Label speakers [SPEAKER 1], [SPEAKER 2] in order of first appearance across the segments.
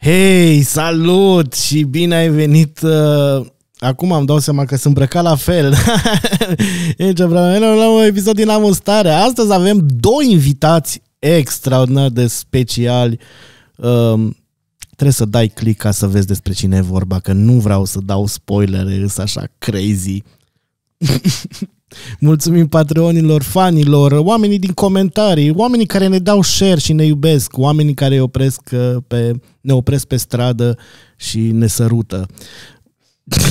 [SPEAKER 1] Hei, salut și bine ai venit! uh, Acum am dau seama că sunt îmbrăcat la fel. E ce vreau la un episod din Amustare. Astăzi avem doi invitați extraordinar de speciali. Um, trebuie să dai click ca să vezi despre cine e vorba, că nu vreau să dau spoilere, sunt așa crazy. Mulțumim patreonilor, fanilor, oamenii din comentarii, oamenii care ne dau share și ne iubesc, oamenii care îi opresc uh, pe, ne opresc pe stradă și ne sărută.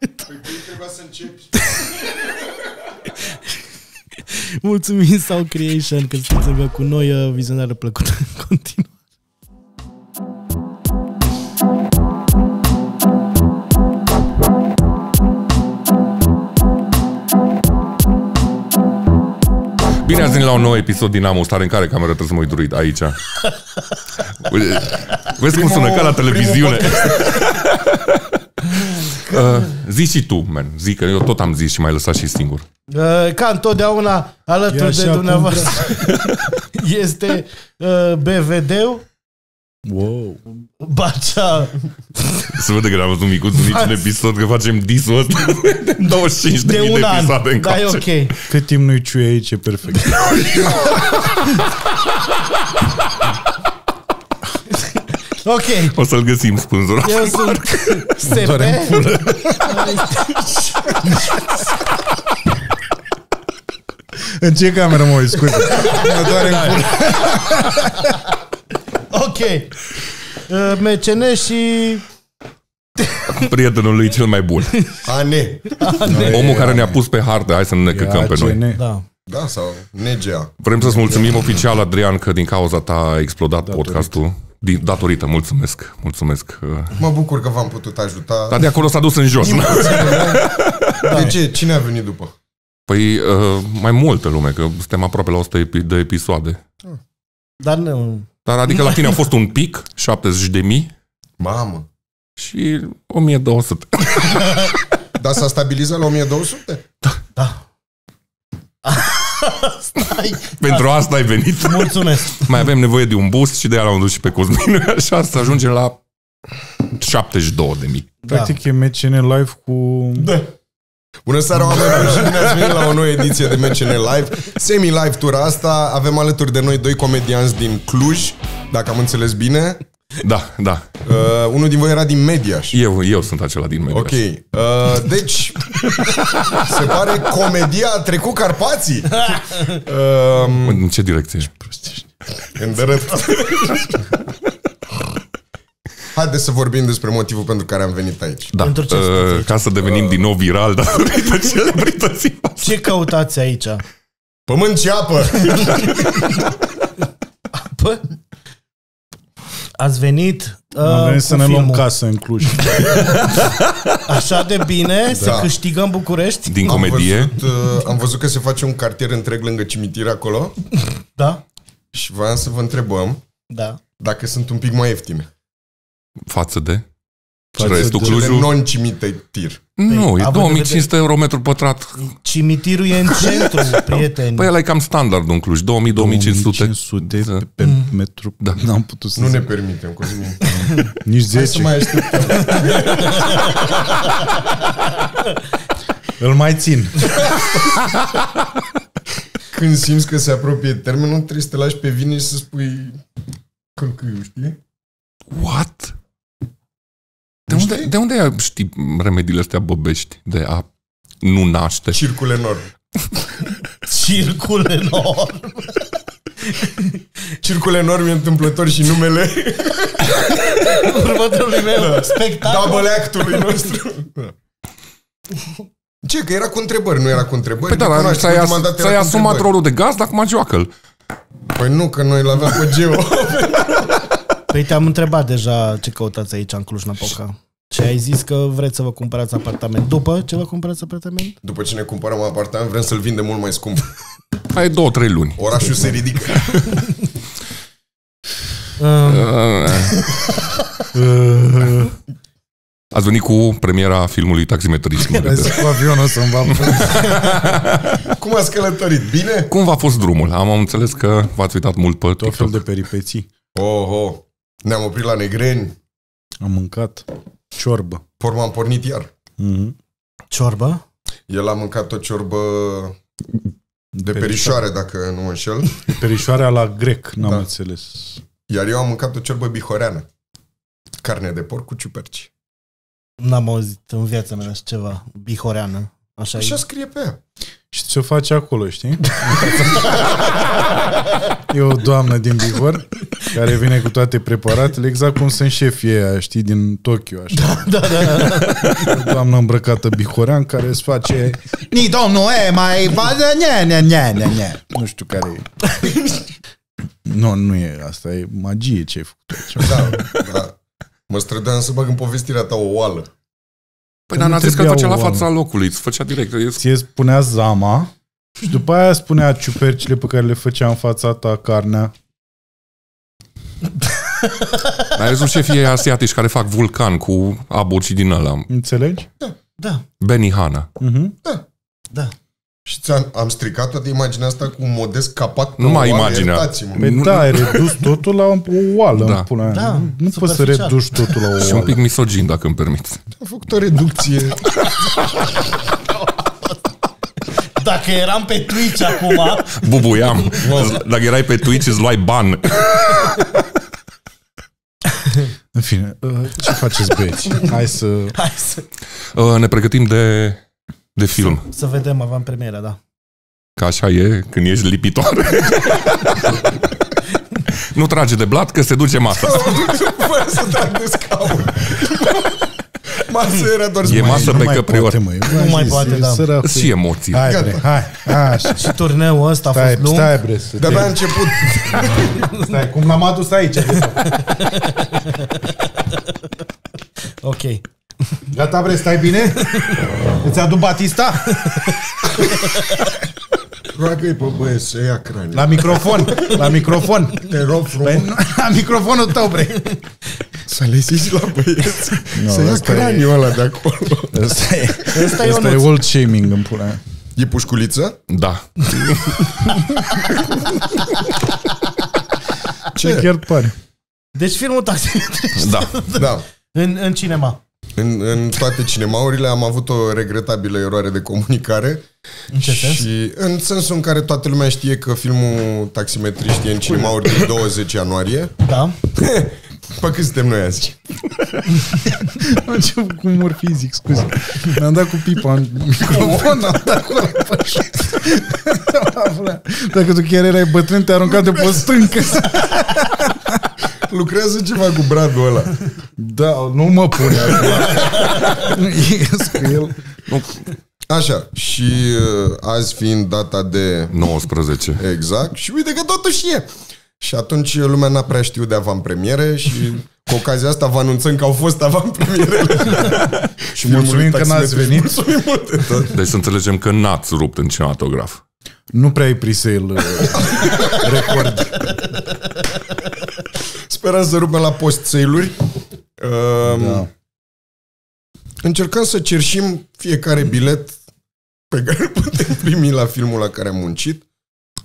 [SPEAKER 2] Păi tu trebuia să începi.
[SPEAKER 1] Mulțumim sau Creation că sunteți încă cu noi, uh, vizionare plăcută în continuu.
[SPEAKER 3] Bine ați venit la un nou episod din Amo, stare în care cameră trebuie să mă uit druid aici. Uite, Vezi cum sună ca la televiziune. Uh, zi și tu, man. Zi că eu tot am zis și mai lăsat și singur.
[SPEAKER 1] Uh, Ca întotdeauna
[SPEAKER 2] Eu
[SPEAKER 1] alături
[SPEAKER 2] așa
[SPEAKER 1] de
[SPEAKER 2] cum
[SPEAKER 1] dumneavoastră este uh, BVD-ul
[SPEAKER 2] Wow.
[SPEAKER 1] Bacea
[SPEAKER 3] Se vede că n-am văzut micuțul niciun episod, că facem disul ăsta de 25 de,
[SPEAKER 1] de
[SPEAKER 3] mii
[SPEAKER 1] un
[SPEAKER 3] de
[SPEAKER 1] an.
[SPEAKER 3] episoade în
[SPEAKER 1] Da, e ok.
[SPEAKER 2] Cât timp nu-i ciuie aici, e perfect.
[SPEAKER 1] Ok,
[SPEAKER 3] O să-l găsim spânzura.
[SPEAKER 1] eu sunt
[SPEAKER 2] Doar în
[SPEAKER 1] SP.
[SPEAKER 2] În ce cameră mă uit, scuze? Mă doare în pula.
[SPEAKER 1] Ok. Uh, MCN și...
[SPEAKER 3] Prietenul lui cel mai bun.
[SPEAKER 4] ANE.
[SPEAKER 3] Omul care ne-a pus pe hartă. Hai să nu ne căcăm pe noi.
[SPEAKER 2] ACN.
[SPEAKER 1] Da.
[SPEAKER 4] Da, sau NGA.
[SPEAKER 3] Vrem să-ți mulțumim oficial, Adrian, că din cauza ta a explodat podcastul. Din, datorită, mulțumesc, mulțumesc. Uh,
[SPEAKER 4] Mă bucur că v-am putut ajuta.
[SPEAKER 3] Dar de acolo s-a dus în jos.
[SPEAKER 4] De ce? Cine a venit după?
[SPEAKER 3] Păi uh, mai multă lume, că suntem aproape la 100 epi- de episoade.
[SPEAKER 1] Dar nu...
[SPEAKER 3] Dar adică la tine a fost un pic, 70 de mii
[SPEAKER 4] Mamă.
[SPEAKER 3] și 1200.
[SPEAKER 4] Dar s-a stabilizat la 1200?
[SPEAKER 1] Da. Stai.
[SPEAKER 3] Pentru asta ai venit.
[SPEAKER 1] Mulțumesc.
[SPEAKER 3] Mai avem nevoie de un boost și de aia l-am dus și pe Cosmin. Așa să ajungem la 72 de mii.
[SPEAKER 2] Practic e MCN live cu...
[SPEAKER 4] Bună seara, oameni buni și bine ați venit la o nouă ediție de MCN Live. Semi-live tura asta. Avem alături de noi doi comedianți din Cluj, dacă am înțeles bine.
[SPEAKER 3] Da, da.
[SPEAKER 4] Uh, unul din voi era din Mediaș.
[SPEAKER 3] Eu, eu sunt acela din mediu.
[SPEAKER 4] Ok. Uh, deci, se pare comedia a trecut Carpații. Uh,
[SPEAKER 3] În ce direcție ești?
[SPEAKER 4] Îndărât. Haideți să vorbim despre motivul pentru care am venit aici.
[SPEAKER 3] Da.
[SPEAKER 1] Pentru ce
[SPEAKER 3] uh, ca să devenim din nou viral datorită celebrității.
[SPEAKER 1] Da. Ce căutați aici?
[SPEAKER 4] Pământ și apă!
[SPEAKER 1] Bă, ați venit uh,
[SPEAKER 2] Am venit să
[SPEAKER 1] cu
[SPEAKER 2] ne luăm
[SPEAKER 1] filmul.
[SPEAKER 2] casă în Cluj.
[SPEAKER 1] Așa de bine da. se
[SPEAKER 4] Da.
[SPEAKER 1] câștigă în București?
[SPEAKER 3] Din
[SPEAKER 4] Am
[SPEAKER 3] comedie.
[SPEAKER 4] văzut, uh, am văzut că se face un cartier întreg lângă cimitir acolo
[SPEAKER 1] Da.
[SPEAKER 4] și voiam să vă întrebăm
[SPEAKER 1] Da.
[SPEAKER 4] dacă sunt un pic mai ieftine.
[SPEAKER 3] Față de?
[SPEAKER 2] Față
[SPEAKER 3] Restul
[SPEAKER 2] de-
[SPEAKER 4] Cele
[SPEAKER 3] Clujul?
[SPEAKER 4] non-cimitir.
[SPEAKER 3] Nu, e
[SPEAKER 1] având
[SPEAKER 3] 2500 euro metru pătrat.
[SPEAKER 1] Cimitirul e în centru, prieteni.
[SPEAKER 3] Păi ăla e cam standard în Cluj, 2000-2500.
[SPEAKER 2] 500
[SPEAKER 3] Da.
[SPEAKER 2] pe, pe metru. Da. N-am putut să
[SPEAKER 4] Nu ne
[SPEAKER 2] zic.
[SPEAKER 4] permitem, Cosmin.
[SPEAKER 2] Nici
[SPEAKER 4] Hai să
[SPEAKER 2] 10.
[SPEAKER 4] mai așteptăm.
[SPEAKER 2] Îl mai țin.
[SPEAKER 4] Când simți că se apropie termenul, trebuie să te lași pe vine și să spui călcâiul, știi?
[SPEAKER 3] What? De unde, de unde ai- știi remediile astea băbești de a nu naște?
[SPEAKER 4] Circul enorm.
[SPEAKER 1] Circul enorm.
[SPEAKER 4] Circul enorm e întâmplător și numele Da.
[SPEAKER 1] Următorul meu spectacol.
[SPEAKER 4] double act-ului nostru. Da. Ce? Că era cu întrebări, nu era cu întrebări?
[SPEAKER 3] Păi da,
[SPEAKER 4] Deci, până
[SPEAKER 3] dar
[SPEAKER 4] la
[SPEAKER 3] ți-ai,
[SPEAKER 4] ultima
[SPEAKER 3] as-
[SPEAKER 4] dată era
[SPEAKER 3] ți-ai
[SPEAKER 4] cu
[SPEAKER 3] asumat
[SPEAKER 4] întrebări.
[SPEAKER 3] rolul de gazd, acum joacă-l.
[SPEAKER 4] Păi nu, că noi l-aveam pe Geo.
[SPEAKER 1] Păi te-am întrebat deja ce căutați aici în Cluj-Napoca. Și ai zis că vreți să vă cumpărați apartament. După ce vă cumpărați apartament?
[SPEAKER 4] După ce ne cumpărăm apartament, vrem să-l vindem mult mai scump.
[SPEAKER 3] Ai două, trei luni.
[SPEAKER 4] Orașul se ridică.
[SPEAKER 1] Uh,
[SPEAKER 2] Uh,
[SPEAKER 3] Ați venit cu premiera filmului Taximetrist. mă repede.
[SPEAKER 2] Vezi cu avionul să-mi va
[SPEAKER 4] Cum ați călătorit? Bine?
[SPEAKER 3] Cum v-a fost drumul? Am înțeles că v-ați uitat mult pe
[SPEAKER 2] Tot fel
[SPEAKER 3] TikTok.
[SPEAKER 2] de peripeții.
[SPEAKER 4] Oh, oh. Ne-am oprit la Negreni.
[SPEAKER 2] Am mâncat ciorbă.
[SPEAKER 4] Porma am pornit iar.
[SPEAKER 2] Mm-hmm.
[SPEAKER 1] Ciorbă?
[SPEAKER 4] El a mâncat o ciorbă de
[SPEAKER 2] Perișoare.
[SPEAKER 4] perișoare, dacă nu mă înșel.
[SPEAKER 2] Perișoarea la grec, n-am
[SPEAKER 4] Da.
[SPEAKER 2] da. înțeles.
[SPEAKER 4] Iar eu am mâncat o ciorbă bihoreană. Carne de porc cu ciuperci.
[SPEAKER 1] N-am auzit în viața mea așa ceva. Bihoreană. Așa
[SPEAKER 4] Așa
[SPEAKER 1] e.
[SPEAKER 4] scrie pe ea.
[SPEAKER 2] Și ce face acolo, știi? e o doamnă din Bihor care vine cu toate preparatele, exact cum sunt șefii ăia, știi, din Tokyo, așa. Da, da, da. O doamnă îmbrăcată bihorean care îți face Ni, domnul, e, mai... ba, da, ne, ne, ne, ne, ne. Nu știu care e. Nu, nu e asta, e magie ce ai făcut aici.
[SPEAKER 4] Da, da. Mă strădeam să bag în povestirea ta o oală.
[SPEAKER 3] Păi
[SPEAKER 2] Că
[SPEAKER 3] dar
[SPEAKER 2] nu
[SPEAKER 3] n-a zis că îl
[SPEAKER 2] trebuiau
[SPEAKER 3] făcea la
[SPEAKER 2] oameni.
[SPEAKER 3] fața locului, îți făcea direct. E-
[SPEAKER 2] Ție spunea zama și după aia spunea ciupercile pe care le făcea în fața ta carnea.
[SPEAKER 3] Dar ai văzut șefii ei asiatici care fac vulcan cu abuci din ăla.
[SPEAKER 2] Înțelegi?
[SPEAKER 1] Da,
[SPEAKER 3] Benihana.
[SPEAKER 2] Mhm.
[SPEAKER 1] da.
[SPEAKER 4] Și ți-am am stricat toată imaginea asta cu un modest capac pe
[SPEAKER 3] Numai
[SPEAKER 4] o oală,
[SPEAKER 3] imaginea.
[SPEAKER 4] iertați-mă.
[SPEAKER 2] Păi
[SPEAKER 3] Nu-
[SPEAKER 2] da, ai redus totul la o oală.
[SPEAKER 3] Da.
[SPEAKER 2] Da. Pula mea.
[SPEAKER 1] Da,
[SPEAKER 2] nu nu poți să
[SPEAKER 1] superficial.
[SPEAKER 2] reduci totul la o
[SPEAKER 3] Și un pic
[SPEAKER 2] oală.
[SPEAKER 3] misogin, dacă îmi permiți.
[SPEAKER 4] Am făcut o reducție.
[SPEAKER 1] Dacă eram pe Twitch acum,
[SPEAKER 3] Bubuiam. Dacă erai pe Twitch, îți luai ban.
[SPEAKER 2] În fine, uh, ce faceți băieți? Hai să...
[SPEAKER 1] hai să,
[SPEAKER 3] Uh, Ne pregătim de, de film.
[SPEAKER 1] să vedem, aveam premiera, da.
[SPEAKER 3] Că așa e când ești lipitor. nu trage de blat că se duce masa.
[SPEAKER 4] Fără să trag de scaun. Masă era doar
[SPEAKER 3] E
[SPEAKER 4] zmâie.
[SPEAKER 3] masă
[SPEAKER 2] Nu
[SPEAKER 3] pe
[SPEAKER 2] mai poate,
[SPEAKER 3] căprior.
[SPEAKER 2] mă, eu v-am
[SPEAKER 1] Nu mai
[SPEAKER 2] zis,
[SPEAKER 1] poate,
[SPEAKER 2] e
[SPEAKER 1] da.
[SPEAKER 2] săracul.
[SPEAKER 3] Și emoții.
[SPEAKER 2] Hai, bre, hai, așa.
[SPEAKER 1] Și turneul ăsta a
[SPEAKER 2] Stai,
[SPEAKER 1] fost lung.
[SPEAKER 2] stai, bre, să
[SPEAKER 4] De-abia a
[SPEAKER 2] te...
[SPEAKER 4] început.
[SPEAKER 2] Stai, cum l-am adus aici?
[SPEAKER 1] Ok.
[SPEAKER 2] Gata, bre, stai bine? Îți aduc Batista?
[SPEAKER 4] Roagă-i pe băieți să ia crani.
[SPEAKER 2] La microfon, la microfon.
[SPEAKER 4] Te rog frumos.
[SPEAKER 2] Păi, nu, la microfonul tău, bre.
[SPEAKER 4] Să le zici la băieți
[SPEAKER 2] Nu,
[SPEAKER 4] să ia
[SPEAKER 2] asta e-
[SPEAKER 4] craniul ăla de acolo.
[SPEAKER 2] Asta e,
[SPEAKER 1] Ăsta e
[SPEAKER 2] asta e
[SPEAKER 1] Ionuț.
[SPEAKER 2] old shaming în pula mea.
[SPEAKER 4] E pușculiță?
[SPEAKER 3] Da.
[SPEAKER 2] Ce chiar pare.
[SPEAKER 1] Deci filmul Taxi
[SPEAKER 3] Da.
[SPEAKER 4] Da.
[SPEAKER 1] în, în cinema.
[SPEAKER 4] În, în toate cinemaurile am avut o regretabilă eroare de comunicare.
[SPEAKER 1] În ce sens?
[SPEAKER 4] Și în sensul în care toată lumea știe că filmul Taximetriști e în cinemauri din 20 ianuarie.
[SPEAKER 1] Da.
[SPEAKER 4] Pă cât suntem noi azi?
[SPEAKER 2] Am început cu umor fizic, scuze. Mi-am dat cu pipa în microfon, am dat cu ăla pe șut. Dacă tu chiar erai bătrân, te-ai aruncat de pe stâncă.
[SPEAKER 4] Lucrează ceva cu bradul ăla.
[SPEAKER 2] Da, nu mă pune acum. Nu ies cu el.
[SPEAKER 4] Așa, și uh, azi fiind data de
[SPEAKER 3] 19.
[SPEAKER 4] exact, și uite că totuși e. Și atunci lumea n-a prea știut de avantpremiere și cu ocazia asta vă anunțăm că au fost avantpremierele. și
[SPEAKER 2] mulțumim că n-ați venit.
[SPEAKER 4] Mulțumim mult de tot.
[SPEAKER 3] Deci să înțelegem că n-ați rupt în cinematograf.
[SPEAKER 2] Nu prea ai presale uh, record.
[SPEAKER 4] Sperăm să rupem la post sale-uri. Um,
[SPEAKER 2] Da.
[SPEAKER 4] Încercăm să cerșim fiecare bilet pe care îl putem primi la filmul la care am muncit.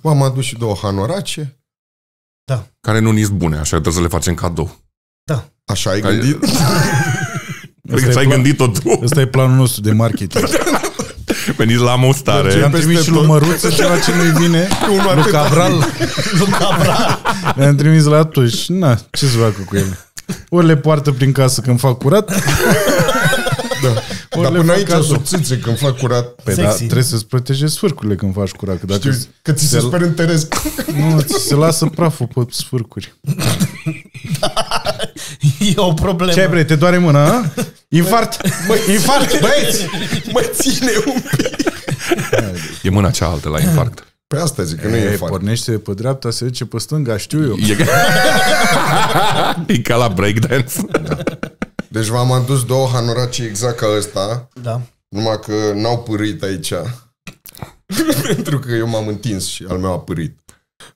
[SPEAKER 4] V-am adus și două hanorace.
[SPEAKER 3] Care nu niți bune, așa trebuie să le facem cadou.
[SPEAKER 1] Da.
[SPEAKER 4] Așa
[SPEAKER 3] Ai-
[SPEAKER 4] ai gândit?
[SPEAKER 3] Cred că
[SPEAKER 2] e
[SPEAKER 3] Adică ți-ai
[SPEAKER 2] plan-
[SPEAKER 3] gândit-o tu.
[SPEAKER 2] Ăsta e planul nostru de marketing.
[SPEAKER 3] Veniți la mustare.
[SPEAKER 2] I-am trimis
[SPEAKER 4] peste
[SPEAKER 2] și
[SPEAKER 4] tot.
[SPEAKER 2] lui Măruță ceva ce nu-i vine.
[SPEAKER 4] Unul
[SPEAKER 2] Lui
[SPEAKER 4] atât.
[SPEAKER 2] Cabral. Le-am trimis la tuș. Na, ce să facă cu ele? Ori le poartă prin casă când fac curat,
[SPEAKER 4] Da. Dar
[SPEAKER 2] le
[SPEAKER 4] până
[SPEAKER 2] fac
[SPEAKER 4] aici
[SPEAKER 2] cadou.
[SPEAKER 4] subțițe când fac curat.
[SPEAKER 2] Păi da,
[SPEAKER 1] Sexy.
[SPEAKER 2] trebuie să-ți protejezi sfârcurile când faci curat, că dacă
[SPEAKER 4] Știu, că ți se
[SPEAKER 2] se-
[SPEAKER 4] sper întăresc.
[SPEAKER 2] nu, ți se lasă praful pe
[SPEAKER 4] Păi
[SPEAKER 2] sfârcuri.
[SPEAKER 1] E o problemă.
[SPEAKER 2] Ce ai bre, te doare mâna, a?
[SPEAKER 4] Păi
[SPEAKER 2] Infart! Infart, băieți!
[SPEAKER 4] Mă ține un pic.
[SPEAKER 3] E mâna cealaltă la infarct.
[SPEAKER 4] Pe Păi asta zic, că nu e, e fac.
[SPEAKER 2] Păi, pornește pe dreapta, se duce pe stânga, știu eu.
[SPEAKER 3] E, e ca la breakdance.
[SPEAKER 4] Deci v-am adus două hanorace exact ca ăsta,
[SPEAKER 1] Da.
[SPEAKER 4] numai că n-au pârit aici. Pentru că eu m-am întins și al meu a pârit.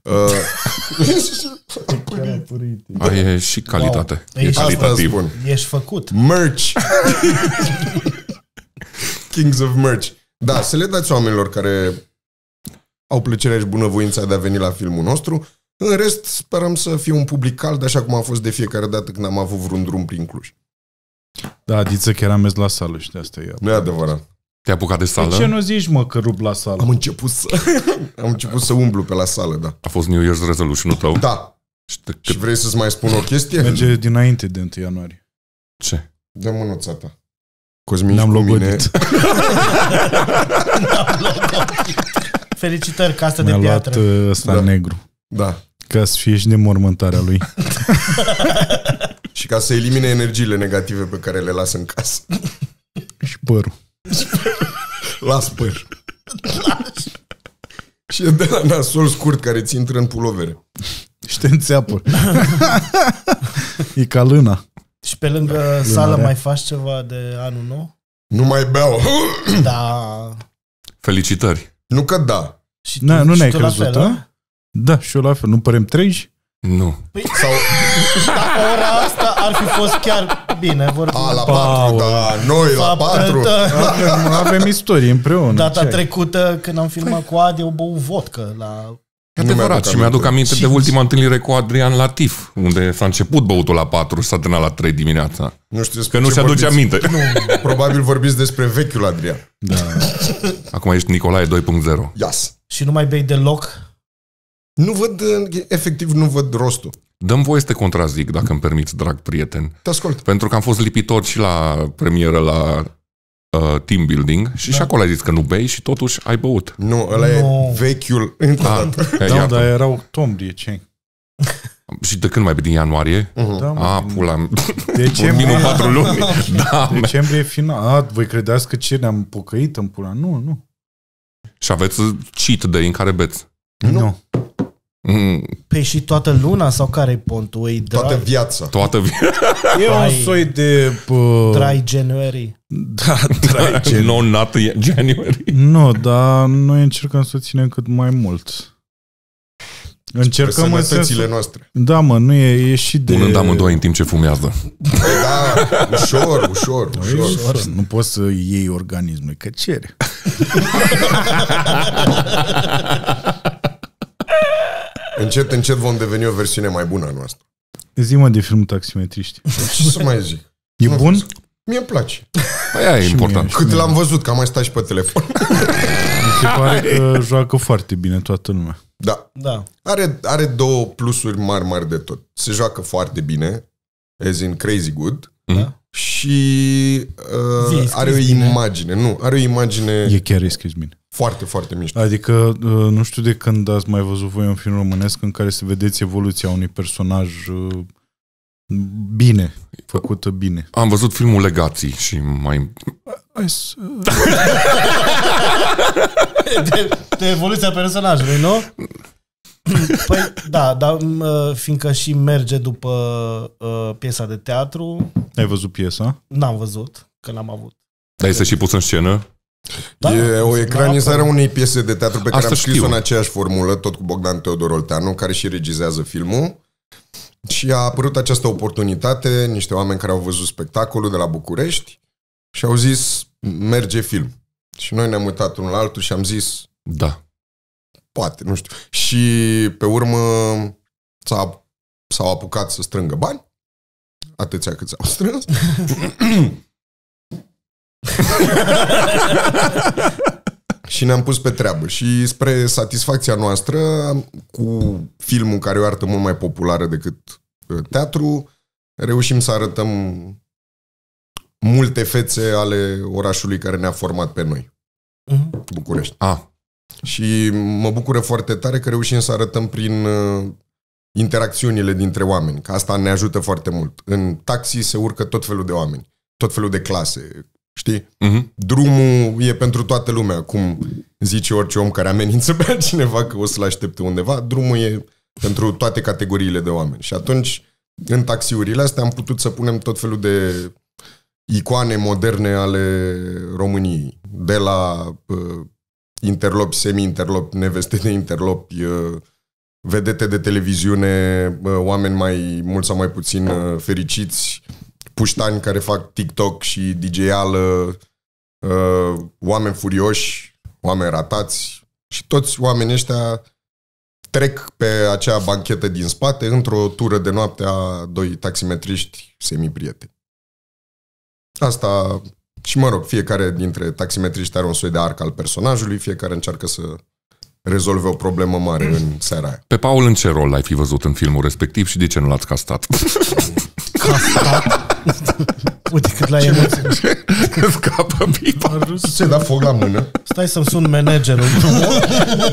[SPEAKER 4] Uh,
[SPEAKER 3] Ai e și calitate.
[SPEAKER 1] Wow.
[SPEAKER 3] E
[SPEAKER 1] Ești-
[SPEAKER 4] asta
[SPEAKER 3] calitativ.
[SPEAKER 4] spun.
[SPEAKER 1] Ești făcut.
[SPEAKER 4] Merch. Kings of merch. Da, să le dați oamenilor care au plăcerea și bunăvoința de a veni la filmul nostru. În rest, sperăm să fie un public cald, așa cum a fost de fiecare dată când am avut vreun drum prin Cluj.
[SPEAKER 2] Da, Diță chiar am mers la sală și de asta e.
[SPEAKER 4] Nu e adevărat.
[SPEAKER 3] Te-ai apucat de
[SPEAKER 2] De Păi ce
[SPEAKER 3] sală?
[SPEAKER 2] nu zici, mă, că rup la sală?
[SPEAKER 4] Am început să, am început să umblu pe la sală, da.
[SPEAKER 3] A fost New Year's resolution-ul tău?
[SPEAKER 4] Da.
[SPEAKER 3] Și te- cât-
[SPEAKER 4] Și vrei să-ți mai spun o chestie?
[SPEAKER 2] Merge dinainte de 1 ianuarie.
[SPEAKER 3] Ce?
[SPEAKER 4] Dă mânuța ta. Cosmin
[SPEAKER 2] Ne-am
[SPEAKER 4] și cu mine.
[SPEAKER 2] logodit.
[SPEAKER 1] Felicitări, casă de
[SPEAKER 2] Mi-a
[SPEAKER 1] piatră.
[SPEAKER 2] luat uh, ăsta
[SPEAKER 4] Da.
[SPEAKER 2] negru.
[SPEAKER 4] Da.
[SPEAKER 2] Ca să fie și de mormântarea lui.
[SPEAKER 4] Și ca să elimine energiile negative pe care le las în casă.
[SPEAKER 2] și părul.
[SPEAKER 4] Las păr. Și e de la nasol scurt care ți intră în pulovere.
[SPEAKER 2] Și te înțeapă. e ca lâna.
[SPEAKER 1] Și pe lângă sală
[SPEAKER 2] mare.
[SPEAKER 1] mai faci ceva de anul nou?
[SPEAKER 4] Nu mai beau.
[SPEAKER 1] Da.
[SPEAKER 3] Felicitări.
[SPEAKER 4] Nu că da.
[SPEAKER 1] Și
[SPEAKER 2] Na, nu
[SPEAKER 1] și
[SPEAKER 2] ne-ai
[SPEAKER 1] tu la
[SPEAKER 2] crezut,
[SPEAKER 1] fel, a?
[SPEAKER 2] a? Da, și eu la fel. Nu părem treji?
[SPEAKER 3] Nu.
[SPEAKER 4] Sau
[SPEAKER 1] Dacă ora Păi, asta ar fi fost chiar bine, vorbim.
[SPEAKER 4] a, la patru,
[SPEAKER 2] Paolo.
[SPEAKER 4] da, noi la patru.
[SPEAKER 2] Avem, avem istorie împreună.
[SPEAKER 1] Data
[SPEAKER 2] Ce ai? Păi.
[SPEAKER 1] trecută, când am filmat cu Adi, au băut vodcă la...
[SPEAKER 3] E adevărat.
[SPEAKER 4] mi-aduc
[SPEAKER 3] Și mi-aduc aminte de
[SPEAKER 1] Și-
[SPEAKER 3] ultima întâlnire cu Adrian Latif, unde s-a început băutul la 4 și s-a terminat la 3 dimineața.
[SPEAKER 4] Nu știu despre
[SPEAKER 3] Că nu
[SPEAKER 4] ce
[SPEAKER 3] și aduce
[SPEAKER 4] vorbiți.
[SPEAKER 3] aminte.
[SPEAKER 4] Probabil vorbiți despre vechiul Adrian.
[SPEAKER 2] Da.
[SPEAKER 3] Acum ești Nicolae 2.0.
[SPEAKER 4] Ias.
[SPEAKER 1] Și nu mai bei deloc.
[SPEAKER 4] Nu văd, efectiv nu văd rostul.
[SPEAKER 3] Dăm voie să te contrazic, dacă îmi permiți, drag prieten.
[SPEAKER 4] Te ascult.
[SPEAKER 3] Pentru că am fost lipitor și la premieră la uh, team building și și acolo ai zis că nu bei și totuși ai băut.
[SPEAKER 4] Nu, ăla
[SPEAKER 1] Nu.
[SPEAKER 4] e vechiul. Încă o
[SPEAKER 3] Ah,
[SPEAKER 4] dată.
[SPEAKER 3] e,
[SPEAKER 2] Da,
[SPEAKER 3] iată.
[SPEAKER 2] dar era octombrie, ce
[SPEAKER 3] Și de când mai bei? din ianuarie?
[SPEAKER 4] Mhm.
[SPEAKER 2] Da, mă,
[SPEAKER 3] A,
[SPEAKER 2] din
[SPEAKER 3] pula mea. Minus
[SPEAKER 2] Decembrie,
[SPEAKER 3] 4 luni. Da, mea.
[SPEAKER 2] decembrie e final. A, voi credeați că ce ne-am pocăit în pula? Nu, nu.
[SPEAKER 3] Și aveți cheat day în care beți.
[SPEAKER 4] Nu.
[SPEAKER 3] Mm,
[SPEAKER 1] Pe Păi și toată luna sau care e pontul? E
[SPEAKER 4] Toată
[SPEAKER 1] dry,
[SPEAKER 4] viața.
[SPEAKER 3] toată viața.
[SPEAKER 2] E un
[SPEAKER 1] Trai.
[SPEAKER 2] soi de... Pă...
[SPEAKER 1] dry January.
[SPEAKER 2] Da, trai. ce-
[SPEAKER 3] No, not January.
[SPEAKER 2] Nu, dar noi încercăm să o ținem cât mai mult. Încercăm în
[SPEAKER 4] sănătățile
[SPEAKER 2] sensul...
[SPEAKER 4] noastre.
[SPEAKER 2] Da, mă, nu e, e și de...
[SPEAKER 3] Punând amândoi în timp ce fumează.
[SPEAKER 4] Da, ușor, ușor, ușor.
[SPEAKER 2] E Da, ușor. Nu poți să iei organismul, că cere.
[SPEAKER 4] Încet, încet vom deveni o versiune mai bună a noastră.
[SPEAKER 2] Zi, mă, de filmul Taximetriști.
[SPEAKER 4] Ce să mai zic?
[SPEAKER 2] E bun?
[SPEAKER 4] Mie îmi place.
[SPEAKER 3] Păi aia e important.
[SPEAKER 4] Cât l-am văzut, că am mai stat și pe telefon.
[SPEAKER 2] Mi se pare că joacă foarte bine toată lumea.
[SPEAKER 4] Da.
[SPEAKER 1] Da.
[SPEAKER 4] Are, are două plusuri mari, mari de tot. Se joacă foarte bine, as in crazy good,
[SPEAKER 3] Da.
[SPEAKER 4] și
[SPEAKER 1] Zi,
[SPEAKER 4] uh,
[SPEAKER 1] scris
[SPEAKER 4] are o
[SPEAKER 1] bine.
[SPEAKER 4] imagine, nu, are o imagine
[SPEAKER 2] E chiar e scris bine.
[SPEAKER 4] foarte, foarte mișto.
[SPEAKER 2] Adică, uh, nu știu de când ați mai văzut voi un film românesc în care să vedeți evoluția unui personaj uh, bine, făcută bine.
[SPEAKER 3] Am văzut filmul Legații și mai...
[SPEAKER 2] Hai să...
[SPEAKER 1] De, de evoluția personajului, nu? Păi, da, dar m, fiindcă și merge după uh, piesa de teatru,
[SPEAKER 2] Ai văzut piesa?
[SPEAKER 1] n-am văzut, că n-am avut.
[SPEAKER 3] Dar este și pus în scenă?
[SPEAKER 1] Da,
[SPEAKER 4] e o ecranizare a unei piese de teatru pe care
[SPEAKER 3] Asta
[SPEAKER 4] am scris-o
[SPEAKER 3] știu.
[SPEAKER 4] în aceeași formulă, tot cu Bogdan Teodor Olteanu, care și regizează filmul. Și a apărut această oportunitate, niște oameni care au văzut spectacolul de la București și au zis, merge film. Și noi ne-am uitat unul la altul și am zis,
[SPEAKER 3] Da.
[SPEAKER 4] poate, nu știu. Și pe urmă s-a, s-au apucat să strângă bani, atâția cât s-au strâns. și ne-am pus pe treabă. Și spre satisfacția noastră, cu filmul care e o artă mult mai populară decât uh, teatru, reușim să arătăm multe fețe ale orașului care ne-a format pe noi,
[SPEAKER 1] Mhm.
[SPEAKER 4] București.
[SPEAKER 3] A,
[SPEAKER 4] Și mă bucură foarte tare că reușim să arătăm prin uh, interacțiunile dintre oameni, că asta ne ajută foarte mult. În taxi se urcă tot felul de oameni, tot felul de clase, știi?
[SPEAKER 3] mhm.
[SPEAKER 4] Drumul e pentru toată lumea, cum zice orice om care amenință pe cineva că o să-l aștepte undeva, drumul e pentru toate categoriile de oameni. Și atunci, în taxiurile astea, am putut să punem tot felul de icoane moderne ale României, de la uh, interlopi, semi-interlopi, neveste de interlopi, uh, vedete de televiziune, uh, oameni mai mult sau mai puțin uh, fericiți, puștani care fac TikTok și DJ-ală, uh, oameni furioși, oameni ratați și toți oamenii ăștia trec pe acea banchetă din spate într-o tură de noapte a doi taximetriști semiprieteni. Asta, și mă rog, fiecare dintre taximetriști are un soi de arc al personajului, fiecare încearcă să rezolve o problemă mare în seara aia.
[SPEAKER 3] Pe Paul în ce rol l-ai fi văzut în filmul respectiv și de ce nu l-ați castat?
[SPEAKER 1] Uite cât la emoții.
[SPEAKER 3] Scapă pipa.
[SPEAKER 4] Se da foc la mână.
[SPEAKER 1] Stai să-mi sun managerul.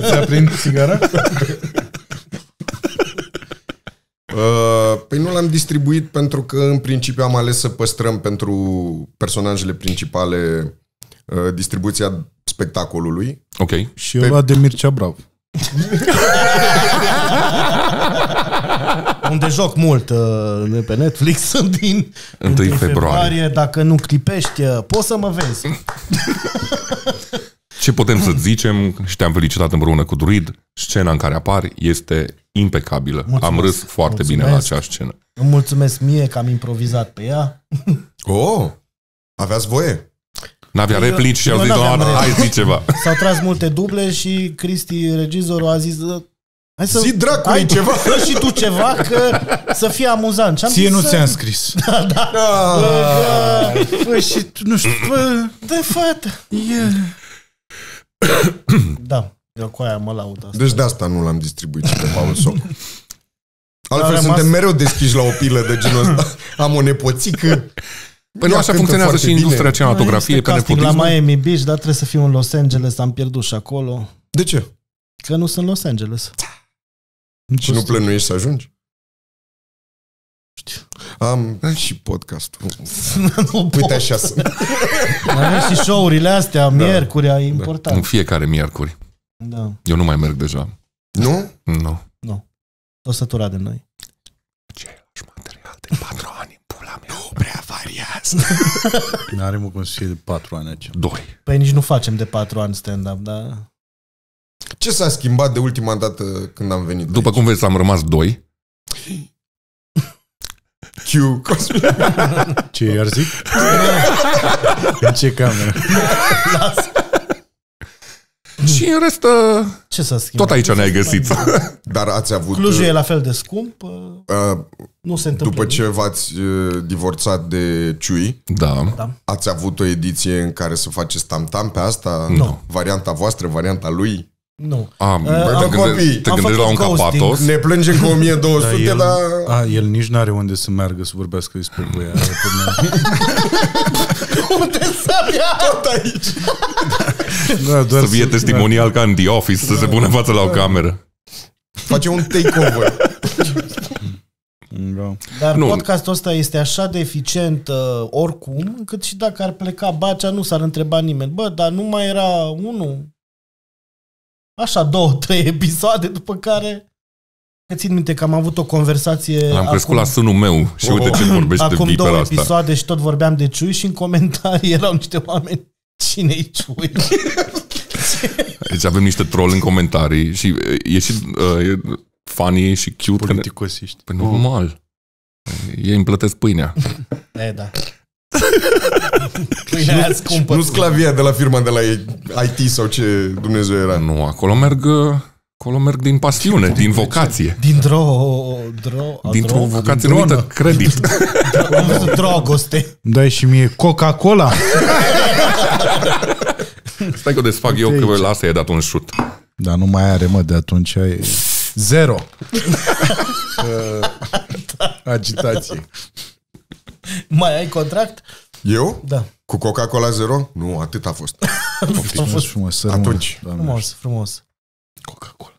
[SPEAKER 2] Ți-a prind sigara?
[SPEAKER 4] Uh, Păi nu l-am distribuit pentru că în principiu am ales să păstrăm pentru personajele principale uh, distribuția spectacolului.
[SPEAKER 3] Ok.
[SPEAKER 2] Și eu luat de Mircea Brav.
[SPEAKER 1] Unde joc mult uh, pe Netflix sunt din
[SPEAKER 3] Întâi
[SPEAKER 1] din
[SPEAKER 3] februarie.
[SPEAKER 1] Dacă nu clipești, uh, poți să mă vezi.
[SPEAKER 3] Ce putem să zicem, și te-am felicitat împreună cu Druid, scena în care apari este impecabilă.
[SPEAKER 1] Mulțumesc.
[SPEAKER 3] Am râs foarte bine la
[SPEAKER 1] Mulțumesc.
[SPEAKER 3] acea scenă.
[SPEAKER 1] Îmi mulțumesc mie că am improvizat pe ea.
[SPEAKER 4] Oh, aveați voie?
[SPEAKER 3] N-avea
[SPEAKER 1] Eu-
[SPEAKER 3] replici și
[SPEAKER 1] eu
[SPEAKER 3] au zis,
[SPEAKER 1] n-aveam
[SPEAKER 3] "Doamna,
[SPEAKER 1] replici."
[SPEAKER 3] hai zi ceva.
[SPEAKER 1] S-au tras multe duble și Cristi, regizorul, a zis... "Uh, Hai să
[SPEAKER 4] Zi dracului
[SPEAKER 1] ai
[SPEAKER 4] ceva."
[SPEAKER 1] Fă și tu ceva că să fie amuzant. Și am
[SPEAKER 2] Ție
[SPEAKER 1] zis
[SPEAKER 2] nu
[SPEAKER 1] să-
[SPEAKER 2] ți-am scris.
[SPEAKER 4] Da!
[SPEAKER 1] Bă, și tu, nu știu, bă, de fată. Da, eu cu aia mă laud asta.
[SPEAKER 4] Deci de asta nu l-am distribuit și pe Paul Soc. Altfel
[SPEAKER 1] rămas-
[SPEAKER 4] suntem mereu deschiși la o pilă de genul ăsta. Am o nepoțică.
[SPEAKER 3] Păi nu
[SPEAKER 4] Ea
[SPEAKER 3] așa
[SPEAKER 4] cântă
[SPEAKER 3] funcționează
[SPEAKER 4] foarte
[SPEAKER 3] și industria
[SPEAKER 4] bine.
[SPEAKER 3] cinematografiei
[SPEAKER 1] Este
[SPEAKER 3] pe
[SPEAKER 1] casting la
[SPEAKER 3] nepotism.
[SPEAKER 1] Miami Beach, dar trebuie să fiu în Los Angeles, am pierdut și acolo.
[SPEAKER 4] De ce?
[SPEAKER 1] Că nu sunt Los Angeles.
[SPEAKER 4] Și nu plănuiești să ajungi? Am și podcastul.
[SPEAKER 1] nu pot.
[SPEAKER 4] Uite așa sunt.
[SPEAKER 1] Avem și show-urile astea, miercurea, e
[SPEAKER 3] În
[SPEAKER 1] important.
[SPEAKER 3] fiecare miercuri.
[SPEAKER 1] Da.
[SPEAKER 3] Eu nu mai merg deja.
[SPEAKER 4] Nu?
[SPEAKER 3] Nu.
[SPEAKER 1] O sătura de noi.
[SPEAKER 3] Același material de patru ani, pula mea. Nu prea variază.
[SPEAKER 2] N-are mă cum să fie de patru ani aici.
[SPEAKER 3] Doi.
[SPEAKER 1] Păi nici nu facem de patru ani stand-up, da. dar...
[SPEAKER 4] Ce s-a schimbat de ultima dată când am venit?
[SPEAKER 3] După cum vezi, am rămas doi.
[SPEAKER 4] Q, Cosmin.
[SPEAKER 2] Ce, iar zic? În ce cameră?
[SPEAKER 1] Mm.
[SPEAKER 3] Și în rest, uh,
[SPEAKER 1] Ce să schimbat?
[SPEAKER 3] tot aici ne-ai găsit.
[SPEAKER 4] Dar ați avut...
[SPEAKER 1] Clujul e la fel de scump, uh,
[SPEAKER 4] uh,
[SPEAKER 1] nu se întâmplă.
[SPEAKER 4] După
[SPEAKER 1] nimic.
[SPEAKER 4] ce v-ați uh, divorțat de Ciui,
[SPEAKER 3] Da.
[SPEAKER 4] ați avut o ediție în care să faceți tam-tam pe asta?
[SPEAKER 3] Nu.
[SPEAKER 4] Varianta voastră, varianta lui?
[SPEAKER 1] Nu.
[SPEAKER 3] Am,
[SPEAKER 1] am
[SPEAKER 3] te gândești,
[SPEAKER 4] copii,
[SPEAKER 3] te
[SPEAKER 1] am
[SPEAKER 3] gândești la un
[SPEAKER 1] făcut ghosting.
[SPEAKER 3] capatos?
[SPEAKER 4] Ne plângem cu 1200,
[SPEAKER 3] Da,
[SPEAKER 2] el,
[SPEAKER 4] dar...
[SPEAKER 2] a, el nici n-are unde să meargă să vorbească despre voi. are probleme.
[SPEAKER 1] Unde să
[SPEAKER 4] Tot aici!
[SPEAKER 2] Da, doar
[SPEAKER 3] Să fie testimonial ca în The Office,
[SPEAKER 1] Da.
[SPEAKER 3] să se pună în față la o cameră.
[SPEAKER 4] Face un takeover.
[SPEAKER 2] Da.
[SPEAKER 1] Dar
[SPEAKER 3] Nu.
[SPEAKER 1] nu. podcastul ăsta este așa de eficient uh, oricum, încât și dacă ar pleca Bacea, nu s-ar întreba nimeni. Bă, dar nu mai era unul, așa două, trei episoade, după care... Că țin minte că am avut o conversație
[SPEAKER 3] L-am crescut la sânul meu și uite ce vorbește
[SPEAKER 1] Oh, acum
[SPEAKER 3] de
[SPEAKER 1] două
[SPEAKER 3] pe asta.
[SPEAKER 1] episoade și tot vorbeam de Ciui și în comentarii erau niște oameni Cine-i Ciui?
[SPEAKER 3] Deci avem niște troll în comentarii și e, e și uh, e funny și cute. Că ne...
[SPEAKER 2] Politicosiști.
[SPEAKER 3] Păi normal. Eh, Ei îmi plătesc pâinea.
[SPEAKER 1] e, da. Pâinea aia scumpă.
[SPEAKER 4] nu sclavia de la firma de la IT sau ce Dumnezeu era.
[SPEAKER 3] Nu, acolo merg, uh, acolo merg din pasiune, din vocație.
[SPEAKER 1] Dintr-o... Dro,
[SPEAKER 3] Dintr-o
[SPEAKER 1] dro-
[SPEAKER 3] vocație
[SPEAKER 2] dronă.
[SPEAKER 3] numită credit.
[SPEAKER 1] Am văzut drogoste.
[SPEAKER 2] Dai și mie Coca-Cola.
[SPEAKER 3] Stai că o desfac eu, că la asta i-a dat un șut.
[SPEAKER 2] Dar nu mai are, mă, de atunci e zero. Uh, Agitație.
[SPEAKER 3] Deci
[SPEAKER 1] Mai ai contract?
[SPEAKER 4] Eu?
[SPEAKER 1] Da.
[SPEAKER 4] Cu Coca-Cola Zero? Nu, atât a fost.
[SPEAKER 2] Poftiți
[SPEAKER 1] A fost
[SPEAKER 2] frumos, să
[SPEAKER 4] Atunci.
[SPEAKER 2] rămână, Doamne.
[SPEAKER 1] frumos, frumos.
[SPEAKER 2] Coca-Cola.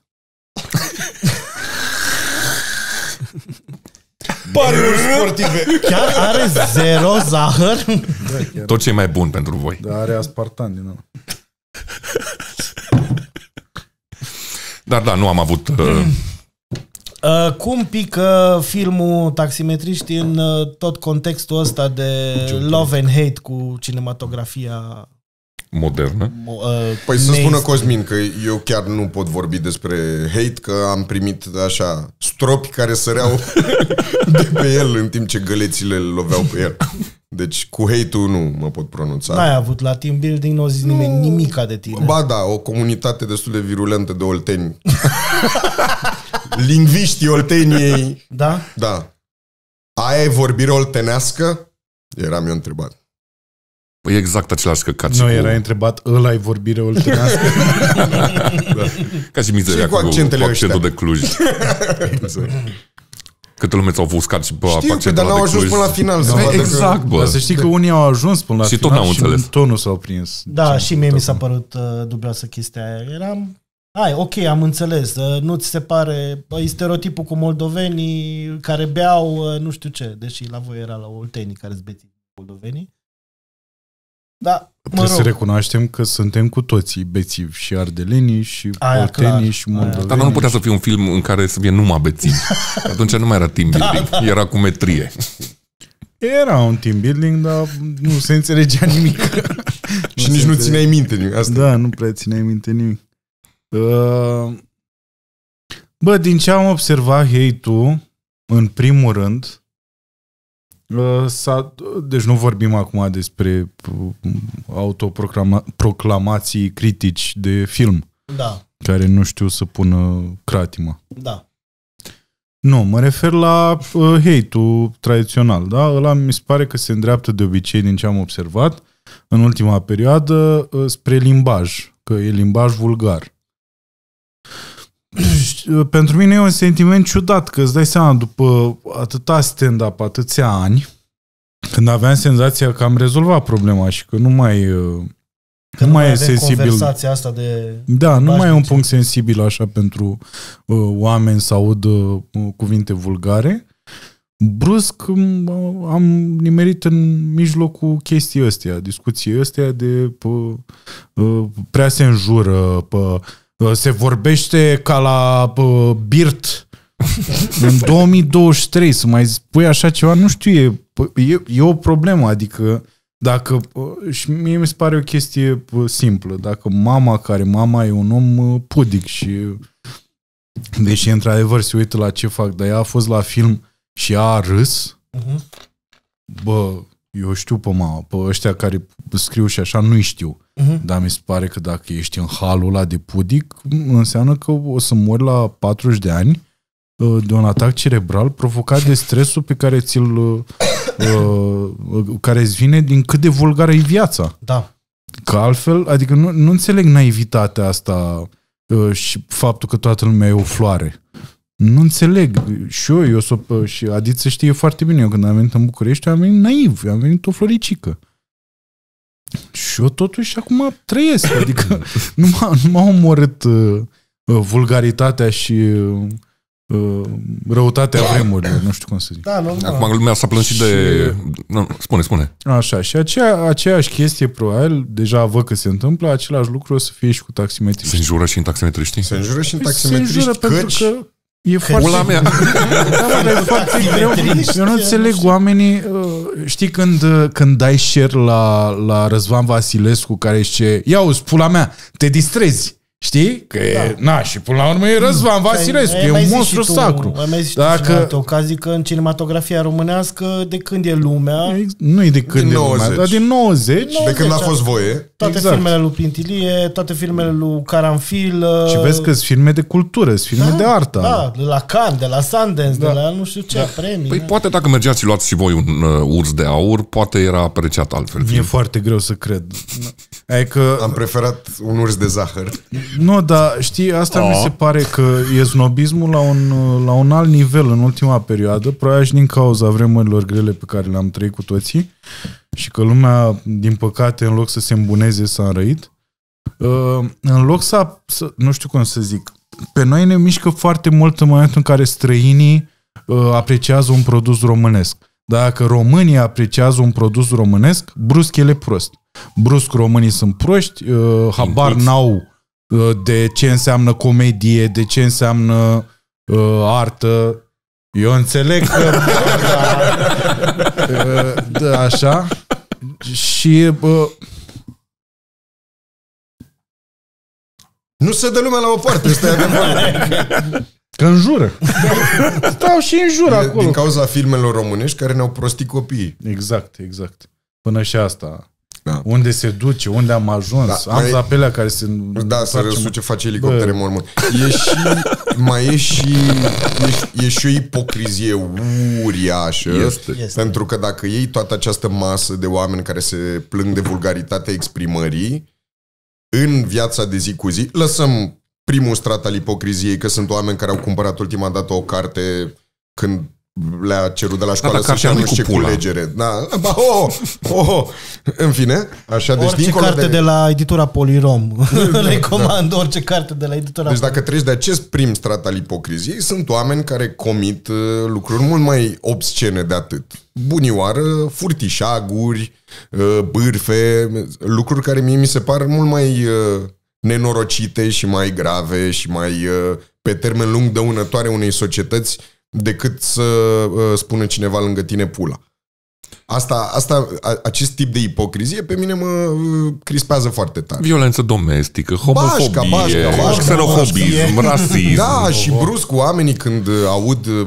[SPEAKER 4] Baruri sportive!
[SPEAKER 1] Chiar are zero zahăr?
[SPEAKER 3] Tot ce e mai bun pentru voi.
[SPEAKER 2] Dar are aspartan din nou.
[SPEAKER 3] Dar da, nu am avut... Uh,
[SPEAKER 1] Uh, cum pică filmul Taximetriști în uh, tot contextul ăsta de love and hate cu cinematografia
[SPEAKER 3] modernă.
[SPEAKER 1] mo- uh,
[SPEAKER 4] Păi să spună
[SPEAKER 1] mainstream?
[SPEAKER 4] Cosmin că eu chiar nu pot vorbi despre hate, că am primit așa stropi care săreau de pe el în timp ce gălețile îl loveau pe el. Deci cu hate-ul nu mă pot pronunța.
[SPEAKER 1] N-ai avut la team building, nu n-o zis nimeni nimica de tine.
[SPEAKER 4] Ba da, o comunitate destul de virulentă de olteni. Lingviștii olteniei.
[SPEAKER 1] Da?
[SPEAKER 4] Da. Aia e vorbire oltenească? Eram eu întrebat.
[SPEAKER 3] Păi e exact același căcat și
[SPEAKER 2] Nu,
[SPEAKER 3] cu- Păi,
[SPEAKER 2] era întrebat, ăla ai vorbire oltenească?
[SPEAKER 3] Ca și mizeria
[SPEAKER 4] Și cu
[SPEAKER 3] cu, cu
[SPEAKER 4] accentele
[SPEAKER 3] accentul de
[SPEAKER 4] ăștia.
[SPEAKER 3] Cluj.
[SPEAKER 4] Exact.
[SPEAKER 3] Câtă lume s-au ofuscat și bă,
[SPEAKER 4] Știu, că,
[SPEAKER 3] accentul
[SPEAKER 4] dar
[SPEAKER 3] ăla
[SPEAKER 4] n-au
[SPEAKER 3] de
[SPEAKER 4] ajuns
[SPEAKER 3] Cluj.
[SPEAKER 4] până la final. să
[SPEAKER 3] Da,
[SPEAKER 4] vadă că-
[SPEAKER 3] exact, bă.
[SPEAKER 2] Dar să știi că unii au ajuns până la
[SPEAKER 3] Și tot
[SPEAKER 2] final
[SPEAKER 3] n-au înțeles.
[SPEAKER 2] și tonul s-au prins. Deci
[SPEAKER 1] Da, și mie mi s-a părut uh, dubioasă chestia aia. Eram... Hai, ok, am înțeles. Uh, nu ți se pare... Bă, e stereotipul cu moldovenii care beau uh, nu știu ce, deși la voi era la oltenii care zbeți moldovenii. Da, mă
[SPEAKER 2] Trebuie să
[SPEAKER 1] rog.
[SPEAKER 2] recunoaștem că suntem cu toții bețivi și ardelenii și
[SPEAKER 1] Aia, clar.
[SPEAKER 2] oltenii și
[SPEAKER 1] Aia.
[SPEAKER 2] moldovenii.
[SPEAKER 3] Dar nu putea să fie un film în care să fie numai bețivi. Atunci nu mai era team
[SPEAKER 4] Da,
[SPEAKER 3] building, era cu metrie.
[SPEAKER 2] Era un team building, dar nu se înțelegea nimic.
[SPEAKER 4] Și nici
[SPEAKER 2] se
[SPEAKER 4] nu
[SPEAKER 2] înțelege.
[SPEAKER 4] țineai minte nimic. Asta
[SPEAKER 2] Da, nu prea țineai minte nimic. Uh, Bă, din ce am observat hate-ul, în primul rând, uh, s-a, deci nu vorbim acum despre uh, autoproclamații critici de film,
[SPEAKER 1] Da,
[SPEAKER 2] care nu știu să pună cratima.
[SPEAKER 1] da.
[SPEAKER 2] Nu, mă refer la uh, hate-ul tradițional, da? Ăla mi se pare că se îndreaptă de obicei din ce am observat în ultima perioadă uh, spre limbaj, că e limbaj vulgar. Și, uh, Pentru mine e un sentiment ciudat, că îți dai seama, după atâta stand-up, atâția ani, când aveam senzația că am rezolvat problema și că nu mai... uh,
[SPEAKER 1] Că
[SPEAKER 2] Nu
[SPEAKER 1] nu
[SPEAKER 2] mai
[SPEAKER 1] mai
[SPEAKER 2] e
[SPEAKER 1] avem
[SPEAKER 2] sensibil.
[SPEAKER 1] conversația asta de...
[SPEAKER 2] Da, nu
[SPEAKER 1] Bașnici.
[SPEAKER 2] mai e un punct sensibil așa pentru uh, oameni să audă uh, cuvinte vulgare. Brusc m- uh, am nimerit în mijlocul chestii ăstea, discuții ăstea de pă, uh, prea se înjură, pă, uh, se vorbește ca la pă, birt în 2023 să mai spui așa ceva, nu știu, e, pă, e, e o problemă, adică dacă, uh, și mie mi se pare o chestie uh, simplă, dacă mama care mama e un om uh, pudic și deși într-adevăr se uită la ce fac, dar ea a fost la film și ea a râs,
[SPEAKER 1] Uh-huh.
[SPEAKER 2] bă, eu știu pe mama, pe ăștia care scriu și așa nu știu,
[SPEAKER 1] Uh-huh.
[SPEAKER 2] dar mi se pare că dacă ești în halul ăla de pudic, înseamnă că o să mori la 40 de ani uh, de un atac cerebral provocat de stresul pe care ți-l uh, uh, care îți vine din cât de vulgară e viața.
[SPEAKER 1] Da.
[SPEAKER 2] Că altfel, adică nu, nu înțeleg naivitatea asta uh, și faptul că toată lumea e o floare. Nu înțeleg. Și eu, eu sunt, uh, și Adit se știe foarte bine, eu când am venit în București am venit naiv, am venit o floricică. Și eu totuși acum trăiesc, adică nu m-a, nu m-a omorât uh, uh, vulgaritatea și uh, uh, răutatea vremurilor, nu știu cum să zic.
[SPEAKER 1] Da, nu,
[SPEAKER 3] Acum lumea s-a plâns și de... Nu, spune, spune.
[SPEAKER 2] Așa, și aceea, aceeași chestie, probabil, deja văd că se întâmplă, același lucru o să fie și cu taximetriști.
[SPEAKER 3] Se înjură și în taximetriștii?
[SPEAKER 4] Se înjură și în
[SPEAKER 2] Păi Se
[SPEAKER 4] taximetriști
[SPEAKER 2] pentru
[SPEAKER 4] căci
[SPEAKER 2] că e
[SPEAKER 3] Pula
[SPEAKER 2] foarte,
[SPEAKER 3] mea!
[SPEAKER 2] da, bă, dar e foarte greu.
[SPEAKER 1] Taximetriști,
[SPEAKER 2] Eu nu
[SPEAKER 1] eu nu
[SPEAKER 2] înțeleg
[SPEAKER 1] știu.
[SPEAKER 2] oamenii, uh, știi când, uh, când dai share la, la Răzvan Vasilescu care zice, ia uzi, pula mea, te distrezi. Știi? Că e, na, și până la urmă e Răzvan Vasilescu,
[SPEAKER 1] Da. Păi, Ai- ai
[SPEAKER 2] e
[SPEAKER 1] mai
[SPEAKER 2] un
[SPEAKER 1] zis
[SPEAKER 2] monstru
[SPEAKER 1] și tu-
[SPEAKER 2] sacru.
[SPEAKER 1] Ai mai zis Dacă... și tu în alte
[SPEAKER 2] Dacă
[SPEAKER 1] ocazii că în cinematografia românească, de când e lumea,
[SPEAKER 2] nu e de când
[SPEAKER 4] Din
[SPEAKER 2] e lumea,
[SPEAKER 4] 90.
[SPEAKER 2] dar din 90
[SPEAKER 4] de când a
[SPEAKER 1] 90,
[SPEAKER 4] fost voie,
[SPEAKER 1] toate
[SPEAKER 2] exact.
[SPEAKER 1] exact. filmele lui Pintilie, toate filmele lui Caranfil...
[SPEAKER 2] și
[SPEAKER 1] uh,
[SPEAKER 2] vezi că sunt filme de cultură, sunt filme de artă.
[SPEAKER 1] Da, de la Cannes, de la Sundance,
[SPEAKER 2] Da.
[SPEAKER 1] da. de la nu știu ce, da. premii.
[SPEAKER 3] Păi poate dacă mergeați și luați și voi un uh, urs de aur, poate era apreciat altfel.
[SPEAKER 2] E foarte greu să cred.
[SPEAKER 1] Da.
[SPEAKER 2] Adică,
[SPEAKER 4] am preferat un urs de zahăr.
[SPEAKER 2] nu, dar știi, asta mi se pare că e snobismul la un, la un alt nivel în ultima perioadă, probabil și din cauza vremurilor grele pe care le-am trăit cu toții și că lumea, din păcate, în loc să se îmbuneze, s-a înrăit. Uh, În loc să, să, nu știu cum să zic, pe noi ne mișcă foarte mult în momentul în care străinii uh, apreciază un produs românesc. Dacă românii apreciază un produs românesc, brusc el e prost. Brusc românii sunt proști, uh, habar
[SPEAKER 3] Inculți.
[SPEAKER 2] n-au uh, de ce înseamnă comedie, de ce înseamnă uh, artă. Eu înțeleg că... Uh, da, așa. Și uh,
[SPEAKER 4] Nu se dă lumea la o parte, ăsta e adevărul.
[SPEAKER 2] Că înjură. Stau și înjură acolo.
[SPEAKER 4] Din cauza filmelor românești care ne-au prostit copiii.
[SPEAKER 2] Exact, exact. Până și asta.
[SPEAKER 4] Da.
[SPEAKER 2] Unde se duce, unde am ajuns. Da,
[SPEAKER 4] Da,
[SPEAKER 2] am
[SPEAKER 3] păi-
[SPEAKER 4] mai-
[SPEAKER 2] zapelea care se...
[SPEAKER 4] Da, să
[SPEAKER 2] face-
[SPEAKER 4] răsuce face elicoptere în mormânt. E și, mai e și, e, e și o ipocrizie uriașă.
[SPEAKER 3] Este.
[SPEAKER 1] Este.
[SPEAKER 4] Pentru că dacă iei toată această masă de oameni care se plâng de vulgaritatea exprimării, în viața de zi cu zi, lăsăm primul strat al ipocriziei, că sunt oameni care au cumpărat ultima dată o carte când le-a cerut de la școală
[SPEAKER 3] dar
[SPEAKER 4] să-și
[SPEAKER 3] cartea nu-i
[SPEAKER 4] anunce
[SPEAKER 3] cu
[SPEAKER 4] cu
[SPEAKER 3] pula.
[SPEAKER 4] legere. Da, ba, oh, oh, oh. În fine, așa, deci
[SPEAKER 1] orice
[SPEAKER 4] dincolo
[SPEAKER 1] carte de...
[SPEAKER 4] de...
[SPEAKER 1] de la editura Polirom. Recomand orice carte de la editura
[SPEAKER 4] Deci dacă treci de acest prim strat al ipocriziei, sunt oameni care comit uh, lucruri mult mai obscene de atât. Bunioară, furtișaguri, uh, bârfe, lucruri care mie mi se par mult mai uh, nenorocite și mai grave și mai uh, pe termen lung dăunătoare unei societăți decât să uh, spună cineva lângă tine pula. Asta, asta, a- acest tip de ipocrizie pe mine mă uh, crispează foarte tare.
[SPEAKER 3] Violență domestică, homofobie,
[SPEAKER 4] Bașca, bașca, bașca,
[SPEAKER 3] xenofobism, rasism.
[SPEAKER 4] Da, și brusc oamenii când uh, aud uh,